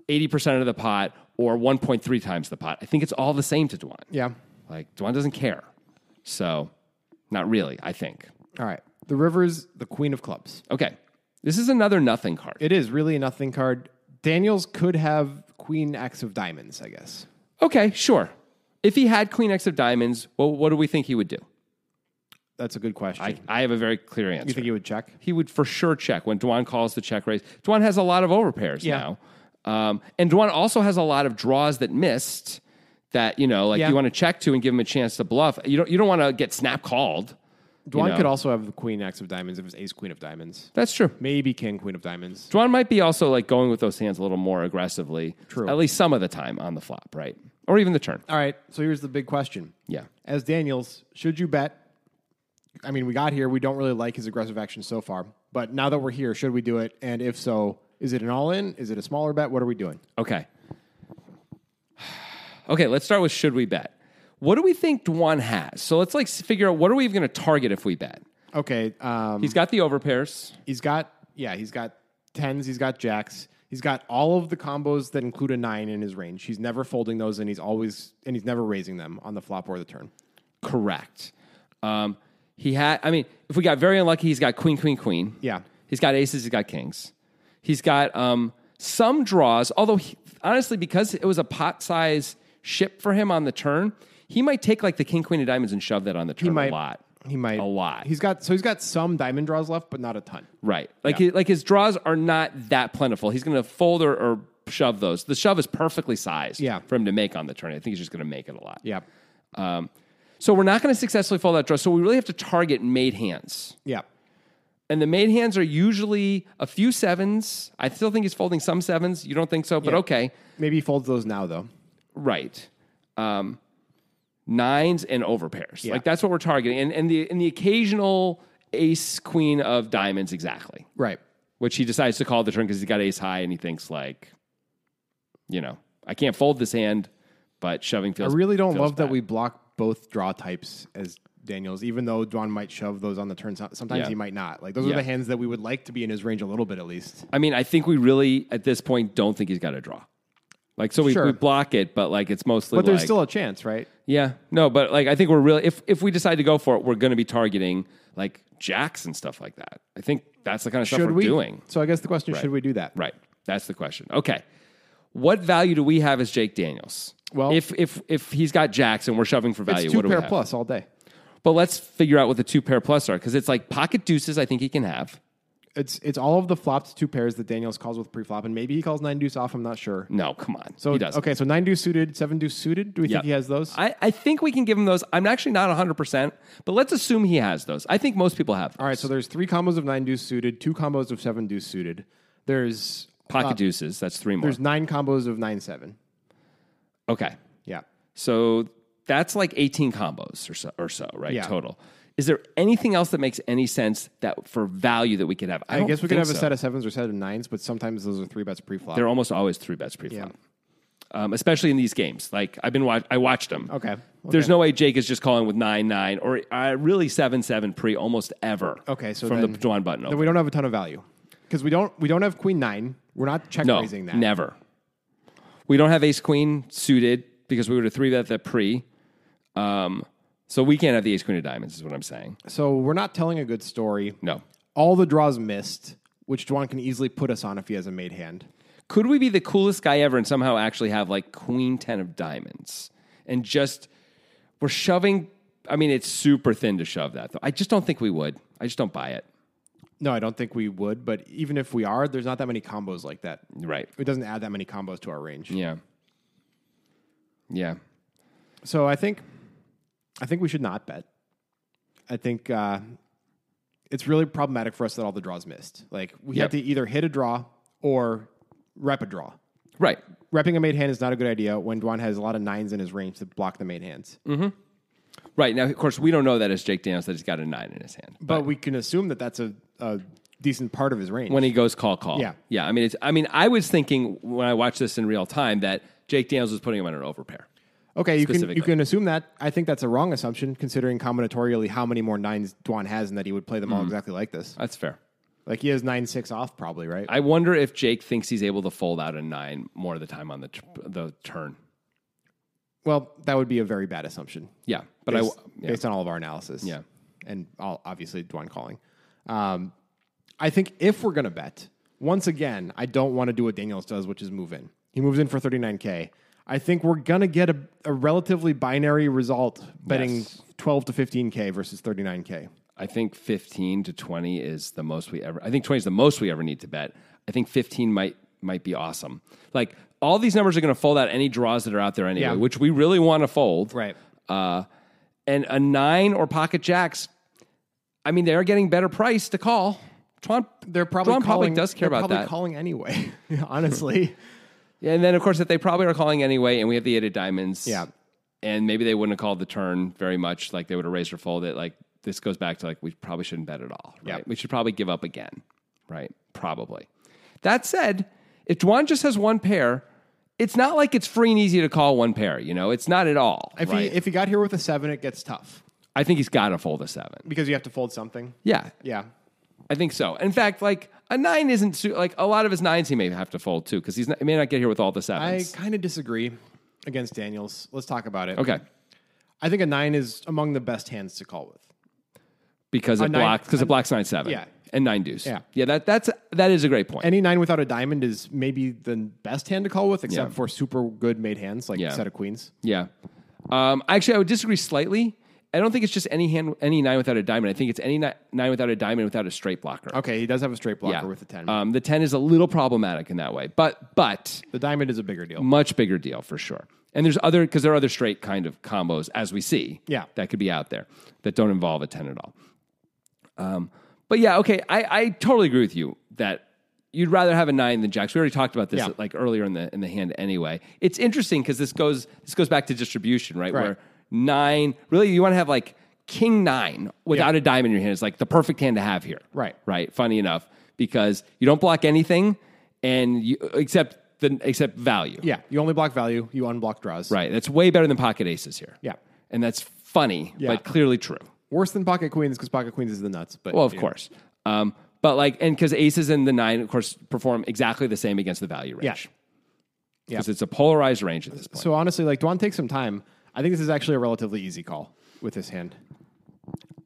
[SPEAKER 1] 80% of the pot or 1.3 times the pot. I think it's all the same to Dwan.
[SPEAKER 3] yeah.
[SPEAKER 1] Like Dwan doesn't care. So not really, I think.
[SPEAKER 3] All right. The river's the queen of clubs.
[SPEAKER 1] Okay. This is another nothing card.
[SPEAKER 3] It is really a nothing card. Daniels could have queen X of diamonds, I guess.
[SPEAKER 1] okay, sure. If he had queen X of diamonds, well, what do we think he would do?
[SPEAKER 3] That's a good question.
[SPEAKER 1] I, I have a very clear answer.
[SPEAKER 3] you think he would check?
[SPEAKER 1] he would for sure check when Dwan calls the check raise. Dwan has a lot of overpairs
[SPEAKER 3] Yeah.
[SPEAKER 1] now. Um, and Dwan also has a lot of draws that missed that, you know, like
[SPEAKER 3] Yeah.
[SPEAKER 1] you want to check to and give him a chance to bluff. You don't you don't want to get snap called.
[SPEAKER 3] Dwan
[SPEAKER 1] know.
[SPEAKER 3] could also have the queen X of diamonds if it's ace queen of diamonds.
[SPEAKER 1] That's true.
[SPEAKER 3] Maybe king queen of diamonds.
[SPEAKER 1] Dwan might be also like going with those hands a little more aggressively.
[SPEAKER 3] True.
[SPEAKER 1] At least some of the time on the flop, right? Or even the turn.
[SPEAKER 3] All right. So here's the big question.
[SPEAKER 1] Yeah.
[SPEAKER 3] As Daniels, should you bet? I mean, we got here. We don't really like his aggressive action so far. But now that we're here, should we do it? And if so, is it an all in? Is it a smaller bet? What are we doing?
[SPEAKER 1] Okay. Okay, let's start with should we bet? What do we think Dwan has? So let's like s- figure out what are we even going to target if we bet?
[SPEAKER 3] Okay. Um,
[SPEAKER 1] He's got the overpairs.
[SPEAKER 3] He's got yeah, he's got tens, he's got jacks, he's got all of the combos that include a nine in his range. He's never folding those, and he's always and he's never raising them on the flop or the turn.
[SPEAKER 1] Correct. Um, he had. I mean, if we got very unlucky, he's got queen, queen, queen.
[SPEAKER 3] Yeah.
[SPEAKER 1] He's got aces. He's got kings. He's got um, some draws. Although he, honestly, because it was a pot size ship for him on the turn, he might take like the king, queen of diamonds and shove that on the turn a lot.
[SPEAKER 3] He might
[SPEAKER 1] A lot.
[SPEAKER 3] He's got so he's got some diamond draws left, but not a ton.
[SPEAKER 1] Right. Like
[SPEAKER 3] Yeah.
[SPEAKER 1] hi- like his draws are not that plentiful. He's going to fold or, or shove those. The shove is perfectly sized
[SPEAKER 3] Yeah.
[SPEAKER 1] for him to make on the turn. I think he's just going to make it a lot.
[SPEAKER 3] Yeah.
[SPEAKER 1] So we're not going to successfully fold that draw. So we really have to target made hands.
[SPEAKER 3] Yeah.
[SPEAKER 1] And the main hands are usually a few sevens. I still think he's folding some sevens. You don't think so, but
[SPEAKER 3] Yeah.
[SPEAKER 1] okay.
[SPEAKER 3] Maybe he folds those now though.
[SPEAKER 1] Right. Um, nines and overpairs.
[SPEAKER 3] Yeah.
[SPEAKER 1] Like that's what we're targeting. And, and, the, and the occasional ace queen of diamonds, exactly,
[SPEAKER 3] Right.
[SPEAKER 1] which he decides to call the turn because he's got ace high and he thinks, like, you know, I can't fold this hand, but shoving
[SPEAKER 3] I
[SPEAKER 1] feels
[SPEAKER 3] really don't
[SPEAKER 1] feels
[SPEAKER 3] love that
[SPEAKER 1] bad.
[SPEAKER 3] we block both draw types as Daniels, even though Dwan might shove those on the turn. so- Sometimes
[SPEAKER 1] Yeah.
[SPEAKER 3] he might not. Like those
[SPEAKER 1] Yeah.
[SPEAKER 3] are the hands that we would like to be in his range a little bit at least.
[SPEAKER 1] I mean, I think we really, at this point, don't think he's got a draw. Like, so we,
[SPEAKER 3] Sure.
[SPEAKER 1] we block it, but like it's mostly
[SPEAKER 3] But there's
[SPEAKER 1] like-
[SPEAKER 3] still a chance, right?
[SPEAKER 1] Yeah, no, but like I think we're really if if we decide to go for it, we're going to be targeting like jacks and stuff like that. I think that's the kind of stuff
[SPEAKER 3] should
[SPEAKER 1] we're
[SPEAKER 3] we
[SPEAKER 1] doing.
[SPEAKER 3] So I guess the question is, should we do that?
[SPEAKER 1] Right. That's the question. Okay. What value do we have as Jake Daniels?
[SPEAKER 3] Well-
[SPEAKER 1] if if if he's got jacks and we're shoving for value,
[SPEAKER 3] It's
[SPEAKER 1] what do
[SPEAKER 3] two
[SPEAKER 1] we
[SPEAKER 3] pair
[SPEAKER 1] have?
[SPEAKER 3] plus all day.
[SPEAKER 1] But let's figure out what the two pair plus are because it's like pocket deuces. I think he can have.
[SPEAKER 3] It's it's all of the flopped two pairs that Daniels calls with pre-flop, and maybe he calls nine deuce off. I'm not sure.
[SPEAKER 1] No, come on.
[SPEAKER 3] So
[SPEAKER 1] Mm, he does.
[SPEAKER 3] okay, so nine deuce suited, seven deuce suited. Do we
[SPEAKER 1] Yeah.
[SPEAKER 3] think he has those?
[SPEAKER 1] I, I think we can give him those. I'm actually not 100%, but let's assume he has those. I think most people have.
[SPEAKER 3] all right, so there's three combos of nine deuce suited, two combos of seven deuce suited. There's
[SPEAKER 1] Pocket
[SPEAKER 3] uh,
[SPEAKER 1] deuces. That's three more.
[SPEAKER 3] There's nine combos of nine seven.
[SPEAKER 1] Okay.
[SPEAKER 3] Yeah.
[SPEAKER 1] So that's like 18 combos or so, or so right?
[SPEAKER 3] Yeah.
[SPEAKER 1] Total. Is there anything else that makes any sense that for value that we could have?
[SPEAKER 3] I,
[SPEAKER 1] don't
[SPEAKER 3] guess we could
[SPEAKER 1] think
[SPEAKER 3] have a
[SPEAKER 1] so.
[SPEAKER 3] set of sevens or set of nines, but sometimes those are three bets pre-flop.
[SPEAKER 1] They're almost always three bets pre-flop. Um, especially in these games, like I've been, watch- I watched them.
[SPEAKER 3] Okay.
[SPEAKER 1] There's
[SPEAKER 3] Okay.
[SPEAKER 1] no way Jake is just calling with nine nine or uh, really seven seven pre almost ever.
[SPEAKER 3] Okay, so
[SPEAKER 1] from the
[SPEAKER 3] then-
[SPEAKER 1] Juan button.
[SPEAKER 3] Then we don't have a ton of value because we don't we don't have queen nine. We're not check
[SPEAKER 1] No,
[SPEAKER 3] raising that.
[SPEAKER 1] never. We don't have ace queen suited because we would have three bet that pre. Um, so we can't have the ace queen of diamonds, is what I'm saying.
[SPEAKER 3] So we're not telling a good story.
[SPEAKER 1] No.
[SPEAKER 3] All the draws missed, which Dwan can easily put us on if he has a made hand.
[SPEAKER 1] Could we be the coolest guy ever and somehow actually have like queen 10 of diamonds and just we're shoving? I mean, it's super thin to shove that though. I just don't think we would. I just don't buy it.
[SPEAKER 3] No, I don't think we would, but even if we are, there's not that many combos like that.
[SPEAKER 1] Right.
[SPEAKER 3] It doesn't add that many combos to our range.
[SPEAKER 1] Yeah. Yeah.
[SPEAKER 3] So I think I think we should not bet. I think uh, it's really problematic for us that all the draws missed. Like we
[SPEAKER 1] Yep.
[SPEAKER 3] have to either hit a draw or rep a draw.
[SPEAKER 1] Right.
[SPEAKER 3] Repping a made hand is not a good idea when Dwan has a lot of nines in his range to block the made hands.
[SPEAKER 1] Mm-hmm. Right. Now, of course, we don't know that it's Jake Daniels that he's got a nine in his hand.
[SPEAKER 3] But we can assume that that's a, a decent part of his range.
[SPEAKER 1] when he goes call call.
[SPEAKER 3] Yeah.
[SPEAKER 1] yeah. I mean, it's. I mean, I was thinking when I watched this in real time that Jake Daniels was putting him on an overpair.
[SPEAKER 3] okay, you can you
[SPEAKER 1] specifically.
[SPEAKER 3] can assume that. I think that's a wrong assumption considering combinatorially how many more nines Dwan has and that he would play them
[SPEAKER 1] Mm-hmm.
[SPEAKER 3] all exactly like this.
[SPEAKER 1] That's fair.
[SPEAKER 3] Like he has nine six off probably, right?
[SPEAKER 1] I wonder if Jake thinks he's able to fold out a nine more of the time on the t- the turn.
[SPEAKER 3] well, that would be a very bad assumption.
[SPEAKER 1] Yeah, but
[SPEAKER 3] based,
[SPEAKER 1] I yeah.
[SPEAKER 3] based on all of our analysis.
[SPEAKER 1] Yeah.
[SPEAKER 3] And all, obviously, Dwan calling. Um, I think if we're going to bet, once again, I don't want to do what Daniels does, which is move in. He moves in for 39K. I think we're going to get a, a relatively binary result betting
[SPEAKER 1] Yes.
[SPEAKER 3] 12 to 15K versus 39K.
[SPEAKER 1] I think fifteen to twenty is the most we ever. I think twenty is the most we ever need to bet. I think fifteen might might be awesome. Like all these numbers are going to fold out any draws that are out there anyway,
[SPEAKER 3] Yeah.
[SPEAKER 1] which we really want to fold.
[SPEAKER 3] Right.
[SPEAKER 1] Uh, and a nine or pocket jacks. I mean, they're getting better price to call. Tron,
[SPEAKER 3] They're probably
[SPEAKER 1] Tron
[SPEAKER 3] calling.
[SPEAKER 1] Public does care
[SPEAKER 3] they're
[SPEAKER 1] about
[SPEAKER 3] probably
[SPEAKER 1] that.
[SPEAKER 3] calling anyway, honestly.
[SPEAKER 1] and then, of course, if they probably are calling anyway, and we have the eight of diamonds.
[SPEAKER 3] Yeah.
[SPEAKER 1] And maybe they wouldn't have called the turn very much. Like they would have raised or folded. Like this goes back to like we probably shouldn't bet at all. Right.
[SPEAKER 3] Yeah.
[SPEAKER 1] We should probably give up again. Right. Probably. That said, if Dwan just has one pair, it's not like it's free and easy to call one pair. You know, it's not at all.
[SPEAKER 3] if,
[SPEAKER 1] right?
[SPEAKER 3] he, if he got here with a seven, it gets tough
[SPEAKER 1] I think he's got to fold a seven.
[SPEAKER 3] because you have to fold something.
[SPEAKER 1] Yeah.
[SPEAKER 3] Yeah.
[SPEAKER 1] I think so. In fact, like a nine isn't su- like a lot of his nines he may have to fold too because he's not, he may not get here with all the
[SPEAKER 3] I
[SPEAKER 1] sevens.
[SPEAKER 3] kind of disagree against Daniels. Let's talk about it.
[SPEAKER 1] okay,
[SPEAKER 3] I think a nine is among the best hands to call with.
[SPEAKER 1] because it
[SPEAKER 3] nine-
[SPEAKER 1] blocks because
[SPEAKER 3] a-
[SPEAKER 1] it blocks nine seven.
[SPEAKER 3] Yeah.
[SPEAKER 1] and nine deuce.
[SPEAKER 3] Yeah.
[SPEAKER 1] yeah. That that's that is a great point.
[SPEAKER 3] Any nine without a diamond is maybe the best hand to call with, except
[SPEAKER 1] Yeah.
[SPEAKER 3] for super good made hands like
[SPEAKER 1] Yeah.
[SPEAKER 3] set of queens.
[SPEAKER 1] yeah. Um, actually, I would disagree slightly. I don't think it's just any hand any nine without a diamond. I think it's any ni- nine without a diamond without a straight blocker.
[SPEAKER 3] Okay, he does have a straight blocker
[SPEAKER 1] Yeah.
[SPEAKER 3] with a ten.
[SPEAKER 1] Um, the ten is a little problematic in that way, but but
[SPEAKER 3] the diamond is a bigger deal.
[SPEAKER 1] much bigger deal for sure. And there's other because there are other straight kind of combos as we see.
[SPEAKER 3] Yeah.
[SPEAKER 1] that could be out there that don't involve a ten at all. Um, but yeah, okay, I, I totally agree with you that you'd rather have a nine than jacks. We already talked about this
[SPEAKER 3] Yeah.
[SPEAKER 1] like earlier in the in the hand anyway. It's interesting because this goes this goes back to distribution, right?
[SPEAKER 3] Right.
[SPEAKER 1] Where nine really you want to have like king nine without
[SPEAKER 3] Yeah.
[SPEAKER 1] a dime in your hand is like the perfect hand to have here
[SPEAKER 3] Right.
[SPEAKER 1] right? Funny enough, because you don't block anything, and you except the except value.
[SPEAKER 3] Yeah, you only block value, you unblock draws.
[SPEAKER 1] right. That's way better than pocket aces here.
[SPEAKER 3] Yeah.
[SPEAKER 1] and that's funny,
[SPEAKER 3] Yeah.
[SPEAKER 1] but clearly true.
[SPEAKER 3] Worse than pocket queens because pocket queens is the nuts. But
[SPEAKER 1] Well, of
[SPEAKER 3] you know.
[SPEAKER 1] course. Um, but like, and because aces and the nine, of course, perform exactly the same against the value
[SPEAKER 3] Yeah.
[SPEAKER 1] range.
[SPEAKER 3] Yeah.
[SPEAKER 1] Because it's a polarized range at this point.
[SPEAKER 3] So honestly, like Dwan takes some time. I think this is actually a relatively easy call with this hand.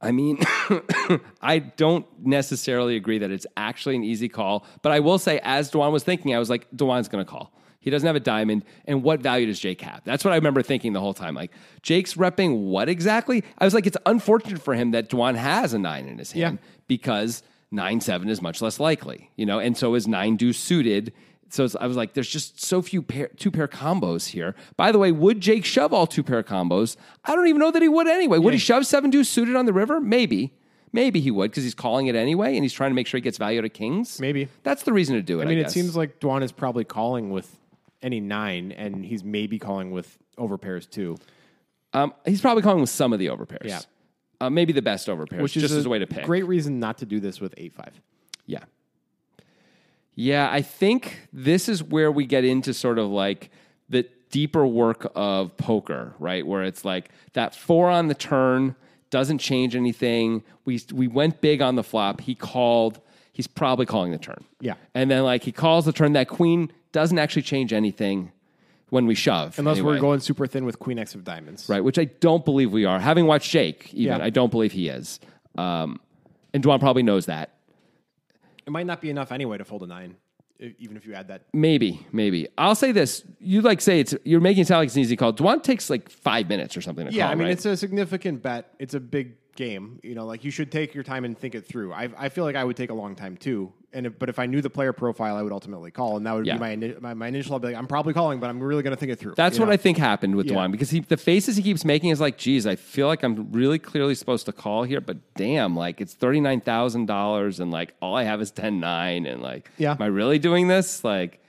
[SPEAKER 1] I mean, I don't necessarily agree that it's actually an easy call, but I will say, as Dewan was thinking, I was like, Dewan's going to call. He doesn't have a diamond, and what value does Jake have? That's what I remember thinking the whole time. Like, Jake's repping what exactly? I was like, it's unfortunate for him that Dewan has a nine in his hand
[SPEAKER 3] Yeah.
[SPEAKER 1] because Nine seven is much less likely, you know, and so is nine deuce suited. So it's, I was like, there's just so few pair, two pair combos here. By the way, would Jake shove all two pair combos? I don't even know that he would anyway. Would he shove seven deuce suited on the river? Maybe. Maybe he would because he's calling it anyway and he's trying to make sure he gets value to kings.
[SPEAKER 3] Maybe.
[SPEAKER 1] That's the reason to do it.
[SPEAKER 3] I mean, it
[SPEAKER 1] guess.
[SPEAKER 3] seems like Dwan is probably calling with any nine, and he's maybe calling with overpairs too,
[SPEAKER 1] Um, he's probably calling with some of the overpairs.
[SPEAKER 3] Yeah.
[SPEAKER 1] Uh, maybe the best overpairs,
[SPEAKER 3] which
[SPEAKER 1] which
[SPEAKER 3] is
[SPEAKER 1] just
[SPEAKER 3] a
[SPEAKER 1] as a way to pick.
[SPEAKER 3] Great reason not to do this with eight five.
[SPEAKER 1] Yeah. Yeah, I think this is where we get into sort of like the deeper work of poker, right? Where it's like that four on the turn doesn't change anything. We we went big on the flop. He called. He's probably calling the turn.
[SPEAKER 3] Yeah.
[SPEAKER 1] And then like he calls the turn. That queen doesn't actually change anything when we shove.
[SPEAKER 3] Unless
[SPEAKER 1] anyway.
[SPEAKER 3] we're going super thin with queen x of diamonds.
[SPEAKER 1] right? Which I don't believe we are. Having watched Jake, even
[SPEAKER 3] Yeah.
[SPEAKER 1] I don't believe he is. Um, and Duan probably knows that.
[SPEAKER 3] It might not be enough anyway to fold a nine, e- even if you add that.
[SPEAKER 1] Maybe, maybe. I'll say this: you like say it's you're making it sound like it's an easy call. Duan takes like five minutes or something to
[SPEAKER 3] Yeah,
[SPEAKER 1] call.
[SPEAKER 3] I mean
[SPEAKER 1] right?
[SPEAKER 3] it's a significant bet. It's a big game. You know, like you should take your time and think it through. I, I feel like I would take a long time too. And if, but if I knew the player profile, I would ultimately call, and that would
[SPEAKER 1] Yeah.
[SPEAKER 3] be my, ini- my my initial. I'd be like, I'm probably calling, but I'm really going to think it through.
[SPEAKER 1] That's
[SPEAKER 3] you
[SPEAKER 1] what
[SPEAKER 3] know?
[SPEAKER 1] I think happened with
[SPEAKER 3] Yeah.
[SPEAKER 1] Duan because he, the faces he keeps making is like, geez, I feel like I'm really clearly supposed to call here, but damn, like it's thirty nine thousand dollars, and like all I have is ten nine, and like,
[SPEAKER 3] Yeah.
[SPEAKER 1] am I really doing this? Like,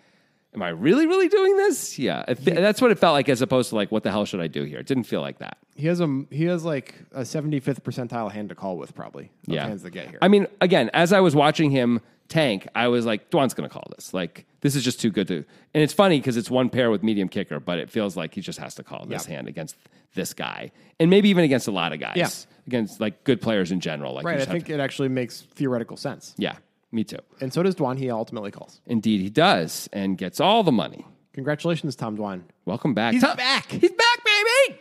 [SPEAKER 1] am I really really doing this? Yeah, I thi- that's what it felt like, as opposed to like, what the hell should I do here? It didn't feel like that.
[SPEAKER 3] He has a he has like a 75th percentile hand to call with probably. of
[SPEAKER 1] yeah.
[SPEAKER 3] hands that get here.
[SPEAKER 1] I mean, again, as I was watching him tank, I was like, Dwan's going to call this. Like, this is just too good to. And it's funny because it's one pair with medium kicker, but it feels like he just has to call this
[SPEAKER 3] Yeah.
[SPEAKER 1] hand against this guy, and maybe even against a lot of guys.
[SPEAKER 3] Yeah.
[SPEAKER 1] Against like good players in general. Like, you
[SPEAKER 3] right. I
[SPEAKER 1] just have
[SPEAKER 3] think
[SPEAKER 1] to-
[SPEAKER 3] it actually makes theoretical sense.
[SPEAKER 1] yeah, me too.
[SPEAKER 3] And so does Dwan. He ultimately calls.
[SPEAKER 1] Indeed, he does, and gets all the money.
[SPEAKER 3] Congratulations, Tom Dwan.
[SPEAKER 1] Welcome back.
[SPEAKER 3] He's
[SPEAKER 1] Tom-
[SPEAKER 3] back.
[SPEAKER 1] He's back, baby.